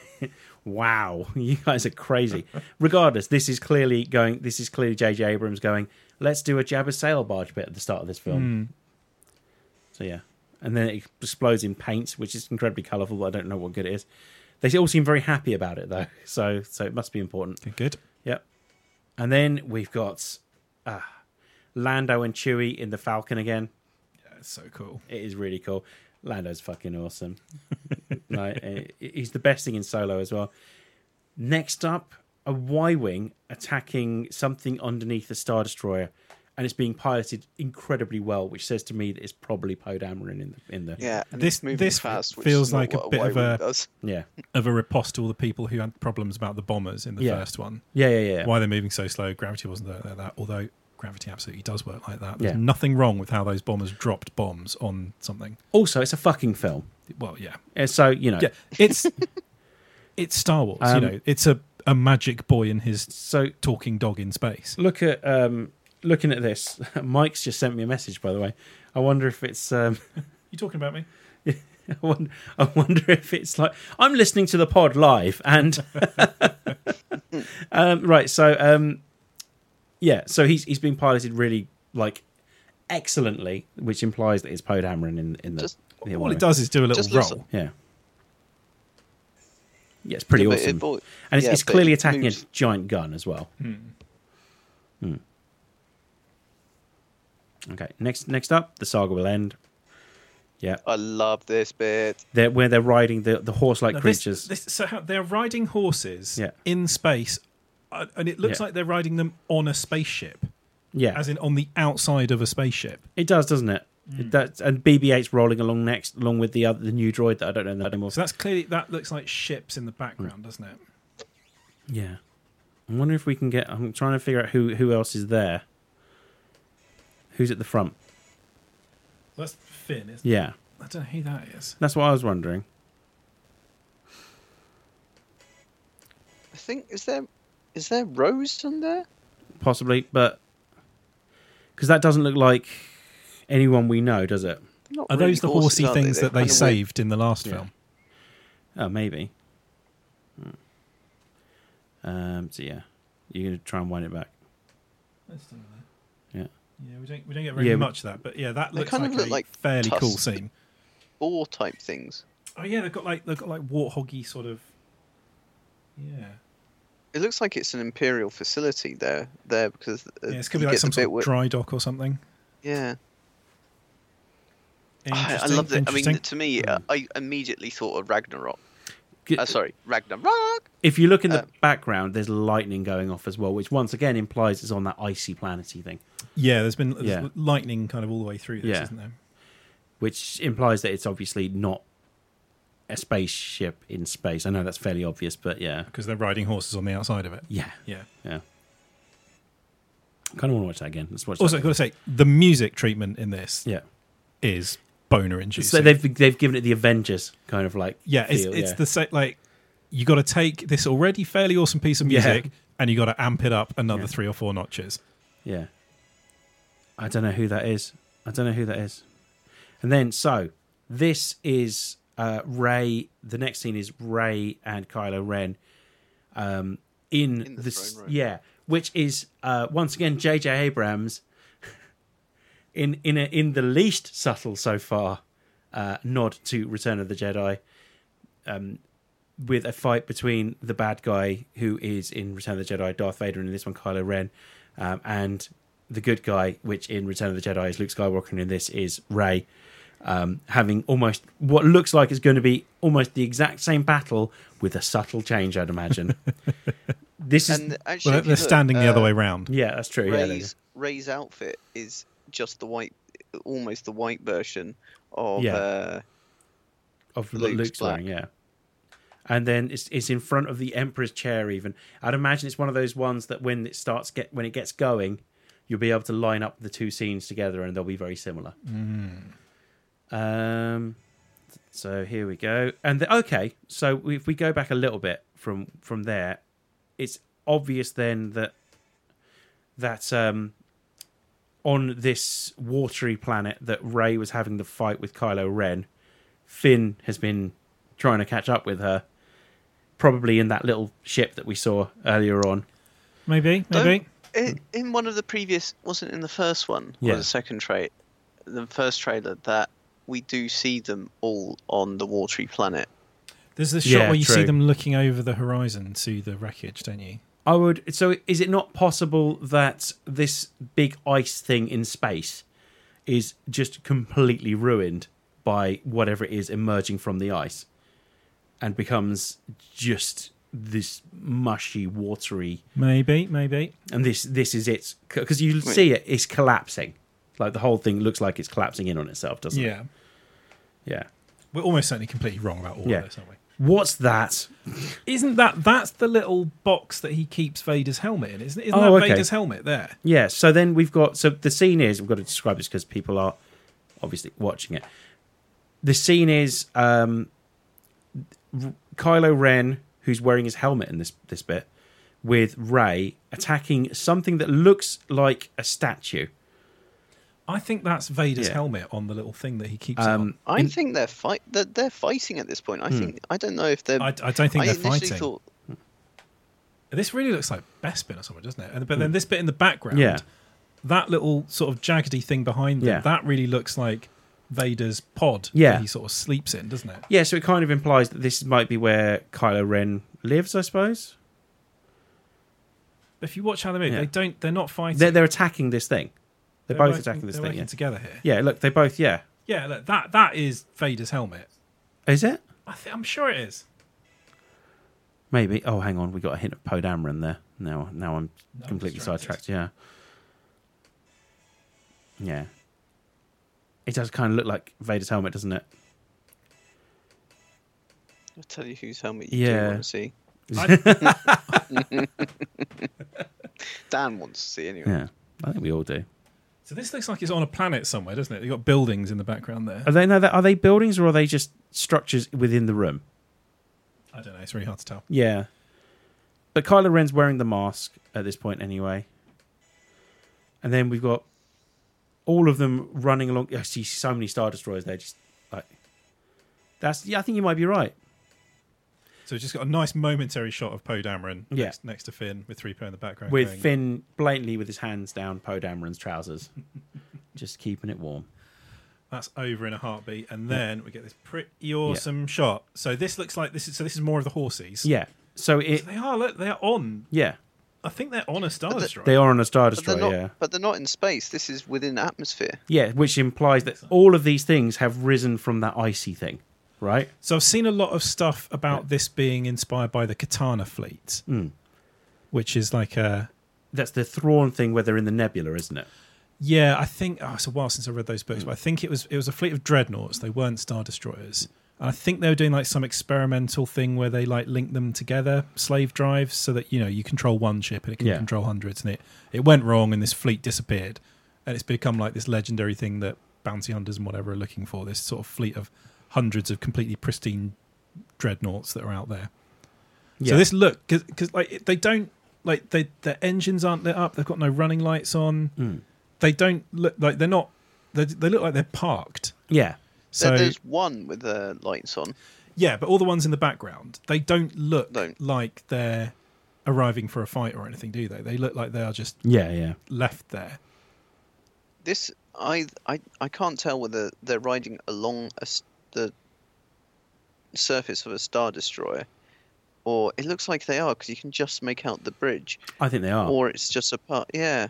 Speaker 2: Wow, [LAUGHS] you guys are crazy. Regardless, this is clearly going. This is clearly J.J. Abrams going. Let's do a Jabba sail barge bit at the start of this film. So yeah, and then it explodes in paints, which is incredibly colourful. But I don't know what good it is. They all seem very happy about it though, [LAUGHS] so so it must be important.
Speaker 1: Good.
Speaker 2: Yep. And then we've got uh, Lando and Chewie in the Falcon again.
Speaker 1: That's so cool.
Speaker 2: It is really cool. Lando's fucking awesome. [LAUGHS] like, eh, he's the best thing in solo as well. Next up, a Y Wing attacking something underneath the Star Destroyer, and it's being piloted incredibly well, which says to me that it's probably Poe Dameron in the. In the
Speaker 3: yeah. And
Speaker 1: This-
Speaker 3: it's moving
Speaker 1: this
Speaker 3: fast, which
Speaker 1: feels
Speaker 3: is not
Speaker 1: like a
Speaker 3: what
Speaker 1: bit of
Speaker 3: Y-wing
Speaker 1: a-
Speaker 3: does.
Speaker 2: yeah.
Speaker 1: Of a riposte to all the people who had problems about the bombers in the
Speaker 2: Yeah.
Speaker 1: first one.
Speaker 2: Yeah, yeah, yeah.
Speaker 1: Why they're moving so slow. Gravity wasn't there like that. Although gravity absolutely does work like that. There's
Speaker 2: Yeah.
Speaker 1: nothing wrong with how those bombers dropped bombs on something.
Speaker 2: Also, it's a fucking film.
Speaker 1: Well, yeah,
Speaker 2: And so, you know.
Speaker 1: yeah. It's [LAUGHS] it's Star Wars.
Speaker 2: Um,
Speaker 1: you know, it's a a magic boy and his
Speaker 2: So,
Speaker 1: talking dog in space.
Speaker 2: look at um looking at this [LAUGHS] mike's just sent me a message by the way i wonder if it's um
Speaker 1: You talking about me?
Speaker 2: [LAUGHS] i wonder, I wonder if it's like i'm listening to the pod live and [LAUGHS] um right so um yeah so he's he's been piloted really like excellently which implies that it's Poe Dameron in in the,
Speaker 3: Just-
Speaker 2: the
Speaker 1: All
Speaker 2: Huawei.
Speaker 1: it does is do a little
Speaker 3: Just listen.
Speaker 1: roll.
Speaker 2: yeah yeah it's pretty
Speaker 3: Yeah, but
Speaker 2: awesome
Speaker 3: it bought-
Speaker 2: and it's,
Speaker 3: yeah,
Speaker 2: it's
Speaker 3: but
Speaker 2: clearly
Speaker 3: it
Speaker 2: attacking
Speaker 3: moves-
Speaker 2: a giant gun as well. Hmm. Okay, next next up, the saga will end. Yeah,
Speaker 3: I love this bit.
Speaker 2: they're, where they're riding the, the horse-like
Speaker 1: Now, this-
Speaker 2: creatures.
Speaker 1: this- so how, they're riding horses
Speaker 2: Yeah.
Speaker 1: in space, uh, and it looks
Speaker 2: Yeah.
Speaker 1: like they're riding them on a spaceship,
Speaker 2: yeah,
Speaker 1: as in on the outside of a spaceship.
Speaker 2: it does, doesn't it? It does and BB-8's rolling along next, along with the other the new droid that I don't know that anymore.
Speaker 1: So that's clearly that looks like ships in the background,
Speaker 2: Mm.
Speaker 1: doesn't it?
Speaker 2: yeah, I wonder if we can get. I'm trying to figure out who who else is there. Who's at the front?
Speaker 1: That's Finn. Isn't
Speaker 2: Yeah,
Speaker 1: it? I don't know who that is.
Speaker 2: that's what I was wondering.
Speaker 3: I think is there is there Rose in there?
Speaker 2: possibly, but because that doesn't look like anyone we know, does it?
Speaker 3: There Not
Speaker 1: Are
Speaker 3: really
Speaker 1: those the
Speaker 3: horses,
Speaker 1: horsey
Speaker 3: are
Speaker 1: things
Speaker 3: They're
Speaker 1: that they
Speaker 3: kinda weird.
Speaker 1: saved in the last
Speaker 4: Yeah.
Speaker 1: film?
Speaker 2: Oh, maybe. Hmm. Um, so yeah, you're gonna try and wind it back. Yeah.
Speaker 1: Yeah, we don't we don't get very
Speaker 4: Yeah, we-
Speaker 1: much of that, but yeah, that
Speaker 3: They
Speaker 1: looks
Speaker 3: kind
Speaker 1: like
Speaker 3: of
Speaker 1: a
Speaker 3: look like
Speaker 1: fairly cool
Speaker 3: tusks.
Speaker 1: scene.
Speaker 3: Boar type things.
Speaker 1: Oh yeah, they've got like they've got like warthoggy sort of. Yeah,
Speaker 3: It looks like it's an imperial facility there, there because uh,
Speaker 1: yeah it's gonna be
Speaker 3: you
Speaker 1: like
Speaker 3: get
Speaker 1: some
Speaker 3: the bit
Speaker 1: sort of
Speaker 3: where-
Speaker 1: dry dock or something.
Speaker 3: yeah. I, I
Speaker 1: Interesting,
Speaker 3: love that. I mean,
Speaker 1: interesting.
Speaker 3: to me, uh, I immediately thought of Ragnarok.
Speaker 2: G-
Speaker 3: Uh, sorry, Ragnarok.
Speaker 2: If you look in the
Speaker 3: Uh,
Speaker 2: background, there's lightning going off as well, which once again implies it's on that icy planety thing,
Speaker 1: yeah, there's been there's
Speaker 2: Yeah.
Speaker 1: lightning kind of all the way through this,
Speaker 2: Yeah.
Speaker 1: isn't there?
Speaker 2: which implies that it's obviously not a spaceship in space. I know that's fairly obvious, but yeah,
Speaker 1: Because they're riding horses on the outside of it.
Speaker 2: yeah,
Speaker 1: Yeah.
Speaker 2: yeah. Kind of want to watch that again. Let's watch.
Speaker 1: Also,
Speaker 2: that.
Speaker 1: I've got to say, the music treatment in this
Speaker 2: yeah.
Speaker 1: is boner inducing.
Speaker 2: So they've they've given it the Avengers kind of like
Speaker 1: yeah, it's,
Speaker 2: feel,
Speaker 1: it's
Speaker 2: yeah.
Speaker 1: the same. Like, you got to take this already fairly awesome piece of
Speaker 2: Yeah.
Speaker 1: music and you got to amp it up another
Speaker 2: Yeah.
Speaker 1: three or four notches.
Speaker 2: Yeah. I don't know who that is. I don't know who that is. And then, so this is uh, Ray. The next scene is Ray and Kylo Ren um, in,
Speaker 3: In the
Speaker 2: this,
Speaker 3: throne room.
Speaker 2: yeah, which is uh, once again J.J. Abrams [LAUGHS] in in a, in the least subtle so far uh, nod to Return of the Jedi. Um, with a fight between the bad guy who is in Return of the Jedi, Darth Vader, and in this one Kylo Ren, um, and the good guy, which in Return of the Jedi is Luke Skywalker, and in this is Ray, um, having almost what looks like is going to be almost the exact same battle with a subtle change, I'd imagine. this is
Speaker 3: And actually,
Speaker 1: Well,
Speaker 3: if you
Speaker 1: they're
Speaker 3: look,
Speaker 1: standing the other
Speaker 3: uh,
Speaker 1: way round.
Speaker 2: yeah, that's true. Yeah,
Speaker 3: Ray's Ray's outfit is just the white, almost the white version of.
Speaker 2: Yeah.
Speaker 3: Uh,
Speaker 2: of
Speaker 3: Luke's
Speaker 2: Luke's, Luke's
Speaker 3: black.
Speaker 2: wearing, yeah. And then it's it's in front of the Emperor's chair. Even I'd imagine it's one of those ones that when it starts get when it gets going, you'll be able to line up the two scenes together, and they'll be very similar. Um, so here we go. And the, okay, so if we go back a little bit from from there, it's obvious then that that um on this watery planet that Ray was having the fight with Kylo Ren, Finn has been trying to catch up with her, probably in that little ship that we saw earlier on.
Speaker 1: Maybe,
Speaker 3: Don't-
Speaker 1: maybe.
Speaker 3: i- in one of the previous, wasn't it in the first one
Speaker 2: Yeah.
Speaker 3: or the second trailer, the first trailer that we do see them all on the watery planet.
Speaker 1: There's this shot
Speaker 2: Yeah,
Speaker 1: where you see
Speaker 2: true.
Speaker 1: them looking over the horizon to the wreckage, don't you?
Speaker 2: I would. So, is it not possible that this big ice thing in space is just completely ruined by whatever it is emerging from the ice, and becomes just this mushy, watery?
Speaker 1: Maybe, maybe.
Speaker 2: and this this is its because you see it it's collapsing like the whole thing looks like it's collapsing in on itself doesn't it
Speaker 1: Yeah.
Speaker 2: yeah
Speaker 1: We're almost certainly completely wrong about all
Speaker 2: Yeah.
Speaker 1: of this, aren't we?
Speaker 2: what's that
Speaker 1: Isn't that that's the little box that he keeps Vader's helmet in? Isn't, isn't
Speaker 2: Oh,
Speaker 1: that
Speaker 2: okay.
Speaker 1: Vader's helmet there?
Speaker 2: yeah so then we've got so the scene is we've got to describe this because people are obviously watching it the scene is um R- Kylo Ren who's wearing his helmet in this this bit with Ray attacking something that looks like a statue
Speaker 1: I think that's Vader's
Speaker 2: Yeah.
Speaker 1: helmet on the little thing that he keeps. it
Speaker 2: um
Speaker 3: I
Speaker 2: in-
Speaker 3: think they're fight. They're, they're fighting at this point. I think I don't know if they're.
Speaker 1: on. Hmm. I, I don't think
Speaker 3: I
Speaker 1: they're
Speaker 3: initially
Speaker 1: fighting.
Speaker 3: thought
Speaker 1: This really looks like Bespin or something, doesn't it? And, but then this bit in the background,
Speaker 2: Mm. yeah
Speaker 1: that little sort of jaggedy thing behind them,
Speaker 2: Yeah.
Speaker 1: that really looks like Vader's pod
Speaker 2: Yeah.
Speaker 1: that he sort of sleeps in, doesn't it?
Speaker 2: Yeah, so it kind of implies that this might be where Kylo Ren lives, I suppose.
Speaker 1: But if you watch how they move,
Speaker 2: Yeah.
Speaker 1: they don't. They're not fighting.
Speaker 2: They're, they're attacking this thing. They're, both
Speaker 1: working-
Speaker 2: attacking this
Speaker 1: they're
Speaker 2: thing.
Speaker 1: working
Speaker 2: Yeah.
Speaker 1: together here.
Speaker 2: yeah, look, they both, yeah.
Speaker 1: Yeah, look, that that is Vader's helmet.
Speaker 2: Is it?
Speaker 1: I th- I'm sure it is.
Speaker 2: Maybe. Oh, hang on, we got a hint of Poe Dameron there. Now, now I'm
Speaker 1: No,
Speaker 2: completely
Speaker 1: distracted.
Speaker 2: sidetracked. Yeah, yeah. It does kind of look like Vader's helmet, doesn't it?
Speaker 3: I'll tell you whose helmet you do
Speaker 2: Yeah.
Speaker 3: want to see.
Speaker 1: I,
Speaker 3: Dan wants to see anyway.
Speaker 2: Yeah, I think we all do.
Speaker 1: so this looks like it's on a planet somewhere, doesn't it? You've got buildings in the background there.
Speaker 2: Are they no? Are they buildings or are they just structures within the room?
Speaker 1: I don't know. It's really hard to tell.
Speaker 2: Yeah. But Kylo Ren's wearing the mask at this point anyway. And then we've got all of them running along. I see so many star destroyers there. Just like that's. Yeah, I think you might be right.
Speaker 1: So we've just got a nice momentary shot of Poe Dameron
Speaker 2: Yeah.
Speaker 1: next, next to Finn with 3PO in the background.
Speaker 2: [LAUGHS] With
Speaker 1: going,
Speaker 2: Finn blatantly with his hands down Poe Dameron's trousers, [LAUGHS] just keeping it warm.
Speaker 1: That's over in a heartbeat. And then we get this pretty awesome shot. So this looks like this is so this is more of the horses.
Speaker 2: Yeah. So it.
Speaker 1: So they are look, they are on.
Speaker 2: Yeah.
Speaker 1: I think they're on a Star
Speaker 3: But the-
Speaker 1: Destroyer.
Speaker 2: They are on a star
Speaker 3: But they're
Speaker 2: destroyer.
Speaker 3: not.
Speaker 2: yeah.
Speaker 3: But they're not in space. This is within atmosphere.
Speaker 2: Yeah, which implies that all of these things have risen from that icy thing, right?
Speaker 1: So I've seen a lot of stuff about this being inspired by the Katana fleet,
Speaker 2: Hmm.
Speaker 1: which is like a
Speaker 2: That's the Thrawn thing where they're in the nebula, isn't it?
Speaker 1: yeah. I think oh, it's a while since I read those books, but I think it was it was a fleet of dreadnoughts. They weren't star destroyers, and I think they were doing like some experimental thing where they like link them together, slave drives, so that you know you control one ship and it can
Speaker 2: Yeah.
Speaker 1: control hundreds, and it it went wrong and this fleet disappeared, and it's become like this legendary thing that bounty hunters and whatever are looking for. This sort of fleet of hundreds of completely pristine dreadnoughts that are out there.
Speaker 2: Yeah.
Speaker 1: So this look because like it- they don't like they their engines aren't lit up. They've got no running lights on.
Speaker 2: Mm.
Speaker 1: They don't look like they're not. They, they look like they're parked.
Speaker 2: Yeah.
Speaker 3: There-
Speaker 1: So
Speaker 3: there's one with the lights on.
Speaker 1: yeah, but all the ones in the background they don't look
Speaker 3: No.
Speaker 1: like they're arriving for a fight or anything, do they? They look like they are just
Speaker 2: Yeah, yeah.
Speaker 1: left there.
Speaker 3: This I I I can't tell whether they're riding along a s the surface of a star destroyer, or it looks like they are because you can just make out the bridge,
Speaker 2: I think they are.
Speaker 3: or it's just a part. Yeah.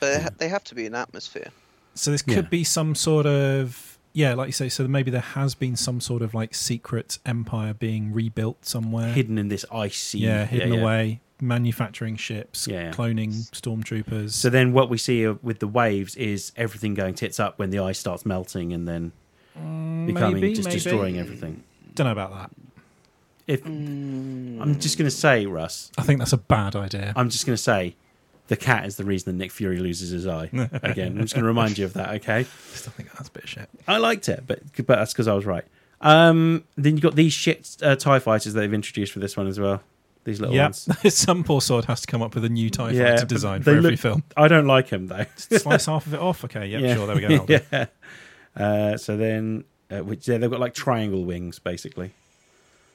Speaker 3: But
Speaker 2: Hmm.
Speaker 3: they ha- they have to be in atmosphere.
Speaker 1: So this could
Speaker 2: Yeah.
Speaker 1: be some sort of yeah, like you say. So maybe there has been some sort of like secret empire being rebuilt somewhere.
Speaker 2: hidden in this icy.
Speaker 1: yeah, hidden
Speaker 2: yeah.
Speaker 1: away, manufacturing ships,
Speaker 2: Yeah, yeah.
Speaker 1: cloning stormtroopers.
Speaker 2: So then what we see with the waves is everything going tits up when the ice starts melting and then becoming
Speaker 1: Mm, maybe,
Speaker 2: just
Speaker 1: maybe.
Speaker 2: destroying everything.
Speaker 1: Don't know about that.
Speaker 2: If I'm just going to say, Russ,
Speaker 1: I think that's a bad idea.
Speaker 2: I'm just going to say the cat is the reason that Nick Fury loses his
Speaker 1: [LAUGHS]
Speaker 2: eye. Again, I'm just going to remind you of that, okay?
Speaker 1: I still think that's a bit of shit.
Speaker 2: I liked it, but but that's because I was right. Um, then you got these shit uh, Tie fighters that they've introduced for this one as well. These little
Speaker 1: Yeah,
Speaker 2: ones.
Speaker 1: [LAUGHS] some poor sword has to come up with a new tie yeah, fighter
Speaker 2: but
Speaker 1: design
Speaker 2: they
Speaker 1: for every
Speaker 2: look- [LAUGHS]
Speaker 1: film.
Speaker 2: I don't like him though.
Speaker 1: Slice half of it off. Okay, [LAUGHS] yep,
Speaker 2: Yeah.
Speaker 1: sure. There we go. that'll do.
Speaker 2: [LAUGHS] yeah. Uh, so then, uh, which yeah, they've got like triangle wings basically.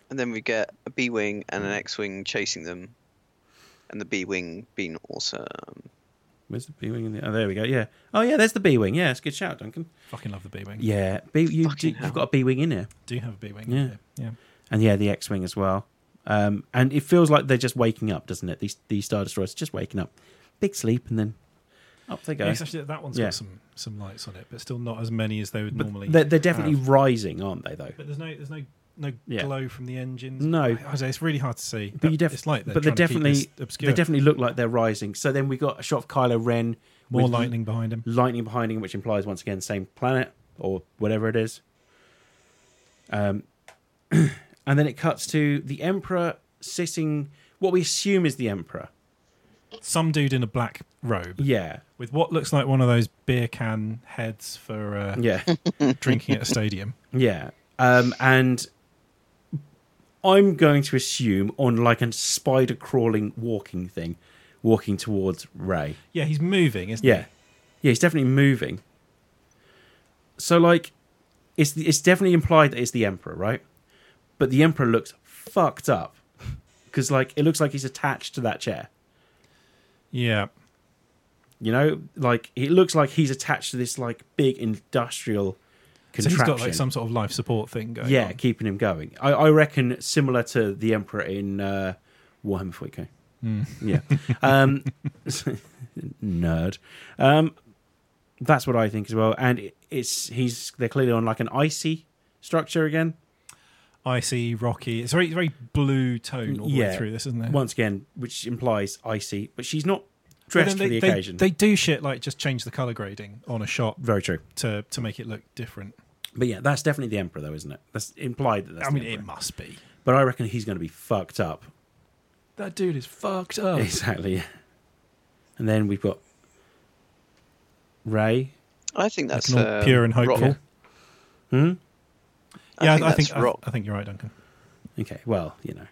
Speaker 3: And then we get a B wing and
Speaker 1: Mm.
Speaker 3: an X wing chasing them, and the B wing being awesome.
Speaker 2: Where's the B wing? in The... Oh, there we go. Yeah. Oh yeah, there's the B wing. Yeah, it's a good shout, Duncan.
Speaker 1: Fucking love the B wing.
Speaker 2: Yeah, B, you,
Speaker 3: Fucking
Speaker 2: do,
Speaker 3: hell.
Speaker 2: you've got a B wing in here,
Speaker 1: do have a B wing.
Speaker 2: Yeah.
Speaker 1: yeah.
Speaker 2: and yeah, the X wing as well. Um, and it feels like they're just waking up, doesn't it? These these star destroyers are just waking up, big sleep, and then up they go.
Speaker 1: Yeah, Actually, that one's
Speaker 2: Yeah.
Speaker 1: got some some lights on it, but still not as many as they would normally.
Speaker 2: They're, they're definitely
Speaker 1: have.
Speaker 2: rising, aren't they? Though.
Speaker 1: But there's no there's no no
Speaker 2: Yeah.
Speaker 1: glow from the engines.
Speaker 2: No.
Speaker 1: I, I say it's really hard to see.
Speaker 2: But you
Speaker 1: it's
Speaker 2: def-
Speaker 1: like
Speaker 2: but they definitely
Speaker 1: obscure.
Speaker 2: they definitely look like they're rising. So then we got a shot of Kylo Ren,
Speaker 1: more
Speaker 2: with
Speaker 1: lightning behind him.
Speaker 2: lightning behind him, which implies once again same planet or whatever it is. Um, [CLEARS THROAT] and then it cuts to the Emperor sitting, what we assume is the Emperor.
Speaker 1: Some dude in a black robe
Speaker 2: Yeah,
Speaker 1: with what looks like one of those beer can heads for uh,
Speaker 2: [LAUGHS] yeah,
Speaker 1: drinking at a stadium.
Speaker 2: yeah. Um, and I'm going to assume on like a spider crawling walking thing, walking towards Ray.
Speaker 1: Yeah, he's moving, isn't
Speaker 2: Yeah, yeah, he's definitely moving. So like, it's it's definitely implied that it's the emperor, right? But the emperor looks fucked up [LAUGHS] because like it looks like he's attached to that chair.
Speaker 1: he? Yeah.
Speaker 2: You know, like it looks like he's attached to this like big industrial
Speaker 1: So he's
Speaker 2: contraption.
Speaker 1: got like some sort of life support thing going
Speaker 2: yeah,
Speaker 1: on.
Speaker 2: keeping him going. I, I reckon similar to the emperor in uh, Warhammer 40k.
Speaker 1: Hmm.
Speaker 2: [LAUGHS] Yeah, um, [LAUGHS] nerd. Um, that's what I think as well. And it, it's he's they're clearly on like an icy structure again.
Speaker 1: Icy, rocky. It's very very blue tone all the
Speaker 2: Yeah.
Speaker 1: way through this, isn't it?
Speaker 2: Once again, which implies icy, but she's not
Speaker 1: But then
Speaker 2: dressed
Speaker 1: they,
Speaker 2: for the
Speaker 1: they-
Speaker 2: occasion.
Speaker 1: they do shit like just change the color grading on a shot
Speaker 2: Very true.
Speaker 1: to to make it look different.
Speaker 2: But yeah, that's definitely the emperor, though, isn't it? That's implied that that's.
Speaker 1: I
Speaker 2: the
Speaker 1: mean,
Speaker 2: Emperor.
Speaker 1: it must be.
Speaker 2: But I reckon he's going to be fucked up.
Speaker 1: That dude is fucked up.
Speaker 2: [LAUGHS] Exactly. yeah. And then we've got Ray.
Speaker 3: I think that's
Speaker 1: all
Speaker 3: uh,
Speaker 1: pure and
Speaker 3: Rock.
Speaker 1: hopeful.
Speaker 2: Hmm?
Speaker 3: I
Speaker 1: yeah,
Speaker 3: think
Speaker 1: I
Speaker 3: that's
Speaker 1: think uh, I,
Speaker 3: rock.
Speaker 1: I think you're right, Duncan.
Speaker 2: Okay, well, you know,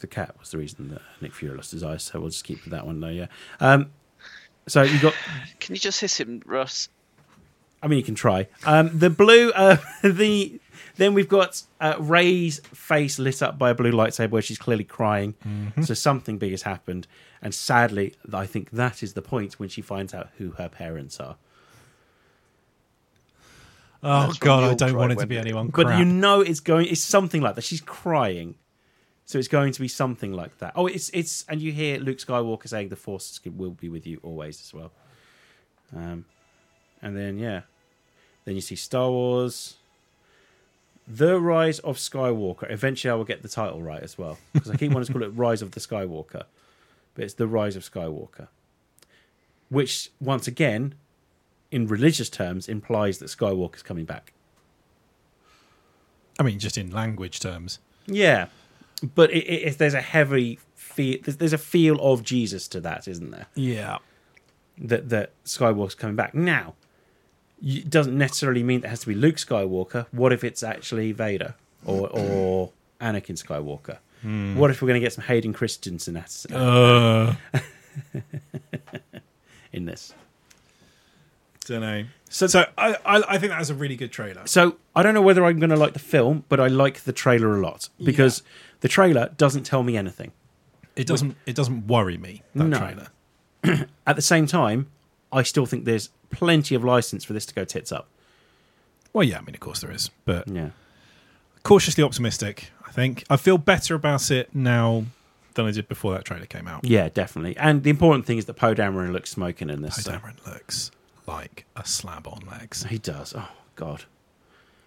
Speaker 2: the cat was the reason that Nick Fury lost his eyes, so we'll just keep that one though. Yeah. Um, So you got
Speaker 3: Can you just hit him, Russ?
Speaker 2: I mean, you can try. Um, the blue, uh, [LAUGHS] the then we've got uh, Ray's face lit up by a blue lightsaber, where she's clearly crying. So something big has happened, and sadly, I think that is the point when she finds out who her parents are.
Speaker 1: Oh
Speaker 3: That's
Speaker 1: god,
Speaker 3: what
Speaker 1: I
Speaker 3: you'll
Speaker 1: don't
Speaker 3: try
Speaker 1: want it
Speaker 3: when
Speaker 1: to be
Speaker 3: they-
Speaker 1: anyone.
Speaker 2: But
Speaker 1: crap.
Speaker 2: you know, it's going. It's something like that. She's crying, so it's going to be something like that. Oh, it's it's, and you hear Luke Skywalker saying, "The Force will be with you always," as well. Um, and then yeah, then you see Star Wars, The Rise of Skywalker. Eventually, I will get the title right as well because I keep wanting to call it Rise of the Skywalker, but it's The Rise of Skywalker, which once again, in religious terms, implies that Skywalker's coming back.
Speaker 1: I mean, just in language terms.
Speaker 2: Yeah, but it, it, it- there's a heavy feel. There's, there's a feel of Jesus to that, isn't there?
Speaker 1: Yeah.
Speaker 2: That that Skywalker's coming back now. y- It doesn't necessarily mean that it has to be Luke Skywalker. What if it's actually Vader or or Anakin Skywalker? What if we're going to get some Hayden Christensen at-
Speaker 1: Uh,
Speaker 2: in this?
Speaker 1: don't know. So, so I, I, I think that was a really good trailer.
Speaker 2: So I don't know whether I'm going to like the film, but I like the trailer a lot because the trailer doesn't tell me anything.
Speaker 1: It doesn't, it doesn't worry me. That
Speaker 2: No.
Speaker 1: trailer.
Speaker 2: At the same time, I still think there's plenty of license for this to go tits up.
Speaker 1: Well, yeah, I mean, of course there is, but
Speaker 2: Yeah.
Speaker 1: cautiously optimistic. I think I feel better about it now than I did before that trailer came out.
Speaker 2: Yeah, definitely. And the important thing is that Poe Dameron looks smoking in this.
Speaker 1: Poe
Speaker 2: so-
Speaker 1: Dameron looks like a slab on legs.
Speaker 2: He does. Oh God.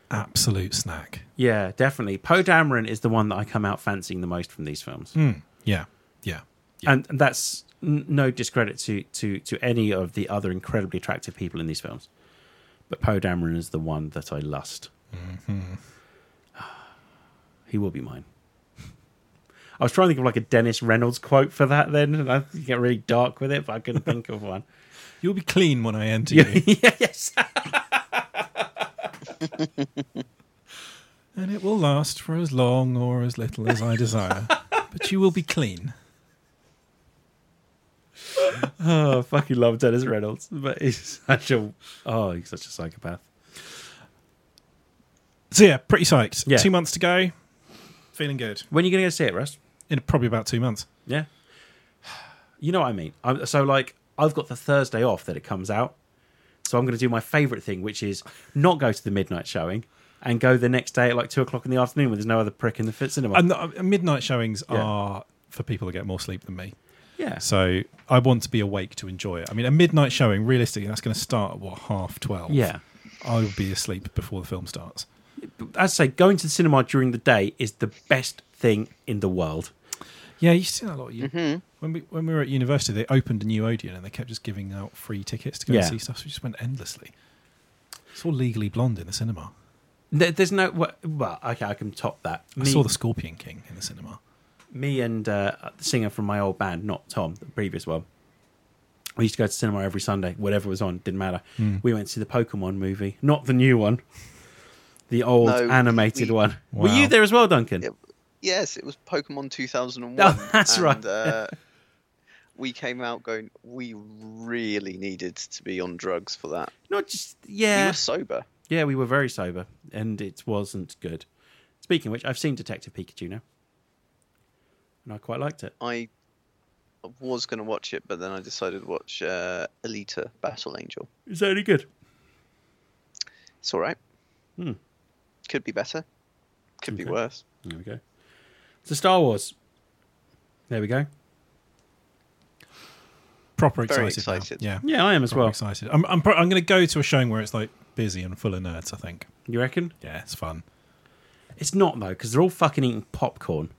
Speaker 1: Absolute snack.
Speaker 2: Yeah, definitely. Poe Dameron is the one that I come out fancying the most from these films,
Speaker 1: Hmm, Yeah, Mm, yeah.
Speaker 2: and and that's n- no discredit to to to any of the other incredibly attractive people in these films, but Poe Dameron is the one that I lust.
Speaker 1: Mm-hmm.
Speaker 2: [SIGHS] he will be mine. I was trying to think of like a Dennis Reynolds quote for that then, and I get really dark with it, but
Speaker 1: [LAUGHS]
Speaker 2: I couldn't think of one.
Speaker 1: You'll be clean when I enter you,
Speaker 2: yeah, [LAUGHS] yes.
Speaker 1: and it will last for as long or as little as I [LAUGHS] desire. but you will be clean.
Speaker 2: [LAUGHS] Oh, I fucking love Dennis Reynolds, but he's such a oh, he's such a psychopath.
Speaker 1: So yeah, pretty psyched.
Speaker 2: Yeah.
Speaker 1: Two months to go. Feeling good.
Speaker 2: When are you gonna go see it, Russ?
Speaker 1: In probably about two months.
Speaker 2: Yeah, you know what I mean. I'm, so like, I've got the Thursday off that it comes out, so I'm gonna do my favourite thing, which is not go to the midnight showing and go the next day at like two o'clock in the afternoon when there's no other prick in the fit cinema.
Speaker 1: And uh, midnight showings
Speaker 2: Yeah.
Speaker 1: are for people that get more sleep than me.
Speaker 2: yeah,
Speaker 1: So I want to be awake to enjoy it. I mean, a midnight showing, realistically, that's going to start at what half twelve.
Speaker 2: yeah.
Speaker 1: I will be asleep before the film starts.
Speaker 2: As I say, going to the cinema during the day is the best thing in the world.
Speaker 1: Yeah, you see that a lot. You,
Speaker 2: Mm-hmm.
Speaker 1: When we when we were at university, they opened a new Odeon and they kept just giving out free tickets to go
Speaker 2: Yeah.
Speaker 1: and see stuff. So we just went endlessly. It's all Legally Blonde in the cinema.
Speaker 2: There- There's no well, well, okay, I can top that.
Speaker 1: I
Speaker 2: Me-
Speaker 1: saw the Scorpion King in the cinema.
Speaker 2: me and uh, the singer from my old band, not Tom, the previous one, we used to go to cinema every Sunday, whatever was on, didn't matter. We went to see the Pokemon movie, not the new one, the old
Speaker 3: No,
Speaker 2: animated
Speaker 3: we-
Speaker 2: one. Were
Speaker 1: Wow.
Speaker 2: you there as well, Duncan?
Speaker 3: Yep. Yes, it was
Speaker 1: [LAUGHS]
Speaker 3: Pokemon 2001.
Speaker 2: Oh, that's
Speaker 3: and,
Speaker 2: right.
Speaker 3: Uh, we came out going, we really needed to be on drugs for that.
Speaker 2: Not just
Speaker 3: We
Speaker 2: yeah,
Speaker 3: were sober.
Speaker 2: yeah. We were very sober, and it wasn't good. Speaking of which, I've seen Detective Pikachu now, and I quite liked it.
Speaker 3: I was going to watch it, but then I decided to watch uh, Alita Battle Angel.
Speaker 2: Is that any good?
Speaker 3: It's all right.
Speaker 2: Hmm.
Speaker 3: Could be better. Could be
Speaker 2: Okay.
Speaker 3: worse.
Speaker 2: There we go. So Star Wars. There we go.
Speaker 1: Proper
Speaker 3: Very
Speaker 1: excited. now.
Speaker 3: excited.
Speaker 1: Yeah.
Speaker 2: Yeah, I am as
Speaker 1: Proper
Speaker 2: well.
Speaker 1: excited. I'm I'm, pro- I'm going to go to a showing where it's like busy and full of nerds. I think.
Speaker 2: You reckon?
Speaker 1: Yeah, it's fun.
Speaker 2: It's not though, because they're all fucking eating popcorn.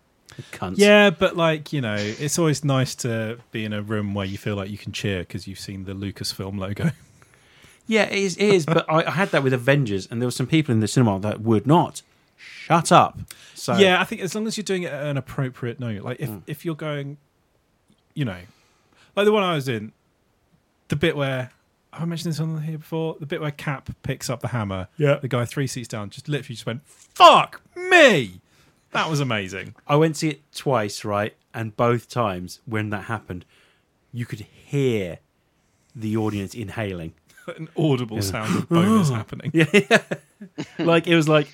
Speaker 2: Cunts.
Speaker 1: Yeah, but like you know, it's always nice to be in a room where you feel like you can cheer because you've seen the Lucasfilm logo.
Speaker 2: Yeah, it is. It is but I, I had that with Avengers, and there were some people in the cinema that would not shut up. [LAUGHS] So Hmm.
Speaker 1: Yeah, I think as long as you're doing it at an appropriate note, like if if you're going, you know, like the one I was in, the bit where have I mentioned this on here before, the bit where Cap picks up the hammer,
Speaker 2: Yeah.
Speaker 1: the guy three seats down just literally just went, "Fuck me." That was amazing.
Speaker 2: I went to see it twice, right? And both times when that happened, you could hear the audience inhaling.
Speaker 1: an audible sound of
Speaker 2: [LAUGHS]
Speaker 1: bonus happening.
Speaker 2: like it was like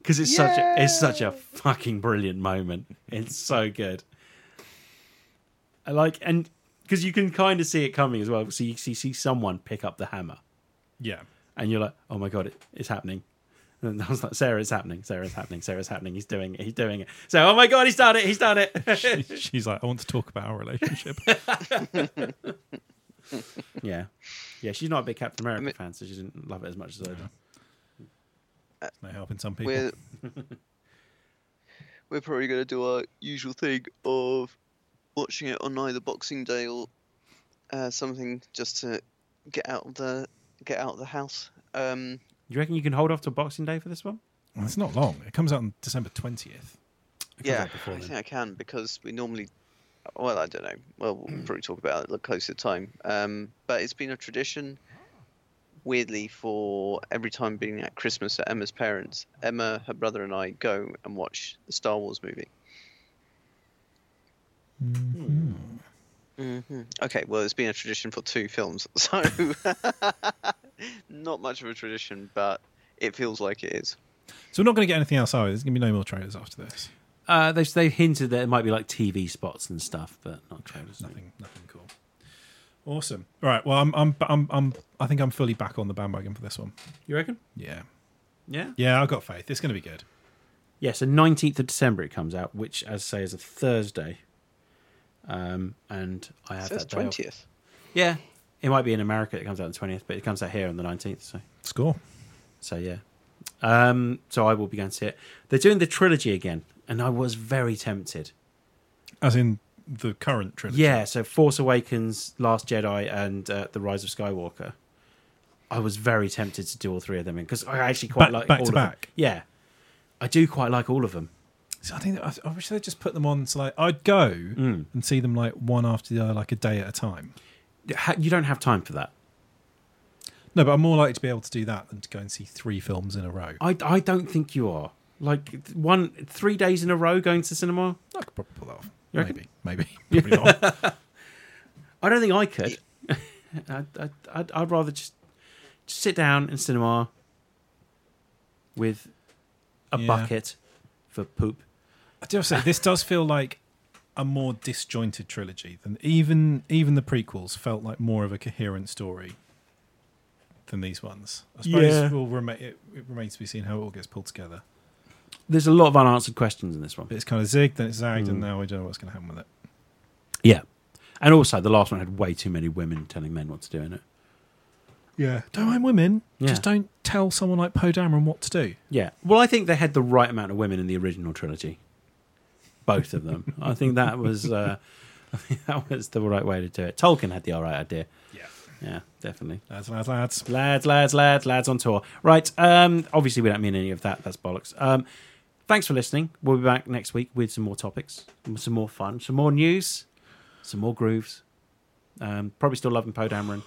Speaker 2: because it's such a, it's such a fucking brilliant moment. It's so good. I like and because you can kind of see it coming as well. So you see, see someone pick up the hammer,
Speaker 1: Yeah.
Speaker 2: and you're like, "Oh my god, it, it's happening!" And I was like, "Sarah, it's happening! Sarah, it's happening! Sarah, it's happening! He's doing it! He's doing it!" So, oh my god, he's done it! He's done [LAUGHS] it!
Speaker 1: She's like, I want to talk about our
Speaker 2: [LAUGHS]
Speaker 1: relationship.
Speaker 2: yeah, yeah. She's not a big Captain America
Speaker 3: mean-
Speaker 2: fan, so she didn't love it as much as I did.
Speaker 1: no helping some people.
Speaker 2: [LAUGHS]
Speaker 3: We're we're probably going to do our usual thing of watching it on either Boxing Day or uh, something just to get out of the get out of the house. Um,
Speaker 2: You reckon you can hold off till Boxing Day for this one?
Speaker 1: Well, it's not long. It comes out on December 20th.
Speaker 3: yeah,
Speaker 2: out
Speaker 3: I
Speaker 2: before
Speaker 3: think I can because we normally. Well, I don't know. Well,
Speaker 2: Mm.
Speaker 3: we'll probably talk about it a little closer to time. Um, but it's been a tradition, weirdly, for every time being at Christmas at Emma's parents, Emma, her brother, and I go and watch the Star Wars movie.
Speaker 2: Mm-hmm.
Speaker 3: hmm Okay, well, it's been a tradition for two films, [LAUGHS] so not much of a tradition, but it feels like it is.
Speaker 1: So we're not going to get anything else, are we? There's going to be no more trailers after this.
Speaker 2: Uh, they they hinted that it might be like TV spots and stuff, but not trailers.
Speaker 1: Nothing, nothing cool. Awesome. All right. Well, I'm, I'm, I'm, I'm, I think I'm fully back on the bandwagon for this one.
Speaker 2: You reckon?
Speaker 1: Yeah.
Speaker 2: Yeah.
Speaker 1: Yeah, I've got faith. It's going to be good.
Speaker 2: Yeah. So nineteenth of December it comes out, which, as I say, is a Thursday. Um, and I have
Speaker 3: So it's
Speaker 2: that day off.
Speaker 3: 20th.
Speaker 2: Yeah. It might be in America. It comes out on the twentieth, but it comes out here on the nineteenth. So
Speaker 1: Score.
Speaker 2: so yeah. Um, so I will be going to see it. They're doing the trilogy again, and I was very tempted.
Speaker 1: As in the current trilogy.
Speaker 2: Yeah. So Force Awakens, Last Jedi, and uh, the Rise of Skywalker. I was very tempted to do all three of them in because I actually quite
Speaker 1: Back-
Speaker 2: like
Speaker 1: back
Speaker 2: all
Speaker 1: to
Speaker 2: of
Speaker 1: back.
Speaker 2: them. Yeah. I do quite like all of them.
Speaker 1: So I think that, I, I wish they just put them on. So like, I'd go and see them like one after the other, like a day at a time.
Speaker 2: Ha- You don't have time for that.
Speaker 1: No, but I'm more likely to be able to do that than to go and see three films in a row.
Speaker 2: I, I don't think you are. Like one three days in a row going to cinema.
Speaker 1: I could probably pull that off.
Speaker 2: You
Speaker 1: Maybe, maybe, probably not.
Speaker 2: I don't think I could. [LAUGHS] I, I, I'd, I'd rather just, just sit down in cinema with a
Speaker 1: Yeah.
Speaker 2: bucket for poop.
Speaker 1: I do have to say this does feel like a more disjointed trilogy than even even the prequels felt like more of a coherent story than these ones. I suppose
Speaker 2: Yeah.
Speaker 1: we'll rema- it, it remains to be seen how it all gets pulled together.
Speaker 2: There's a lot of unanswered questions in this one.
Speaker 1: But it's kind of zigged, then it's zagged, and now we don't know what's going to happen with it.
Speaker 2: Yeah. And also, the last one had way too many women telling men what to do in it.
Speaker 1: Yeah, don't mind women.
Speaker 2: Yeah.
Speaker 1: Just don't tell someone like Poe Dameron what to do.
Speaker 2: Yeah. Well, I think they had the right amount of women in the original trilogy. Both of them. I think that was uh, [LAUGHS] I think that was the right way to do it. Tolkien had the all right idea.
Speaker 1: Yeah,
Speaker 2: Yeah, definitely.
Speaker 1: lads, lads, lads.
Speaker 2: Lads, lads, lads, lads on tour. Right. Um, obviously, we don't mean any of that. That's bollocks. Um, thanks for listening. We'll be back next week with some more topics, some more fun, some more news, some more grooves. Um, probably still loving Poe Dameron.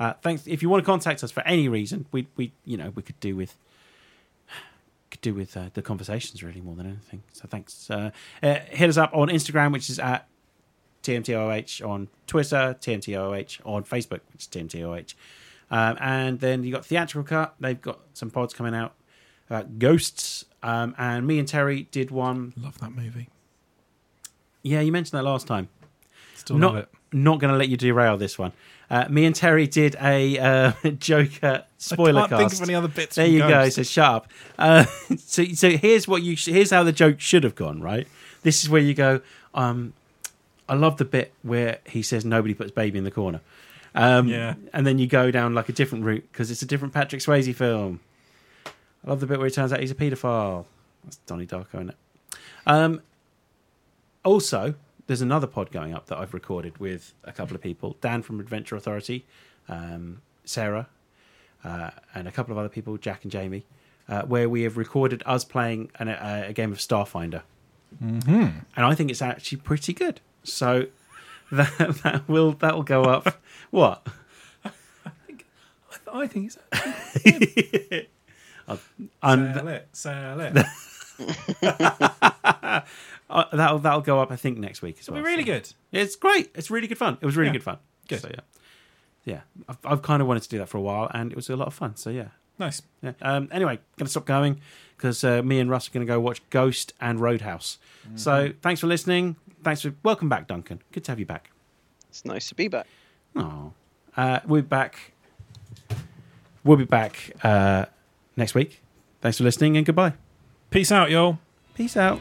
Speaker 2: Uh, thanks. If you want to contact us for any reason, we we you know we could do with could do with uh, the conversations really more than anything. So thanks. Uh, uh, hit us up on Instagram, which is at TMTOH on Twitter, TMTOH on Facebook, which is TMTOH. Um, and then you got Theatrical Cut. They've got some pods coming out about ghosts. Um, and me and Terry did one.
Speaker 1: Love that movie.
Speaker 2: Yeah, you mentioned that last time.
Speaker 1: Still
Speaker 2: not
Speaker 1: love it.
Speaker 2: not going to let you derail this one. Uh, me and Terry did a uh, [LAUGHS] Joker spoiler
Speaker 1: I can't think
Speaker 2: cast.
Speaker 1: of any other bits.
Speaker 2: There
Speaker 1: from
Speaker 2: you go.
Speaker 1: Ghost.
Speaker 2: So shut up. Uh, [LAUGHS] so so here's what you sh- here's how the joke should have gone. Right. This is where you go. Um, I love the bit where he says nobody puts baby in the corner. Um,
Speaker 1: Yeah.
Speaker 2: And then you go down like a different route because it's a different Patrick Swayze film. I love the bit where it turns out he's a paedophile. That's Donnie Darko in it. Um, also, there's another pod going up that I've recorded with a couple of people Dan from Adventure Authority, um, Sarah, uh, and a couple of other people, Jack and Jamie, uh, where we have recorded us playing an, uh, a, a game of Starfinder. Mm-hmm. And I think it's actually pretty good. So [LAUGHS] that, that will that will
Speaker 1: [LAUGHS]
Speaker 2: go up. what?
Speaker 1: I think it's
Speaker 2: Um,
Speaker 1: Sell it, sell
Speaker 2: [LAUGHS]
Speaker 1: it.
Speaker 2: uh, that'll that'll go up. I think next week as
Speaker 1: It'll
Speaker 2: well.
Speaker 1: be really
Speaker 2: So-
Speaker 1: good.
Speaker 2: It's great. It's really good fun. It was really
Speaker 1: Yeah.
Speaker 2: good fun.
Speaker 1: Good.
Speaker 2: So yeah. yeah, I've, I've kind of wanted to do that for a while, and it was a lot of fun. So yeah,
Speaker 1: Nice.
Speaker 2: yeah. Um, anyway, going to stop going because uh, me and Russ are going to go watch Ghost and Roadhouse.
Speaker 1: Mm-hmm.
Speaker 2: So thanks for listening. Thanks for welcome back, Duncan. Good to have you back.
Speaker 3: It's nice to be back.
Speaker 2: Oh, uh, we'll be back. We'll be back uh, next week. Thanks for listening and goodbye.
Speaker 1: Peace out, y'all.
Speaker 2: Peace out.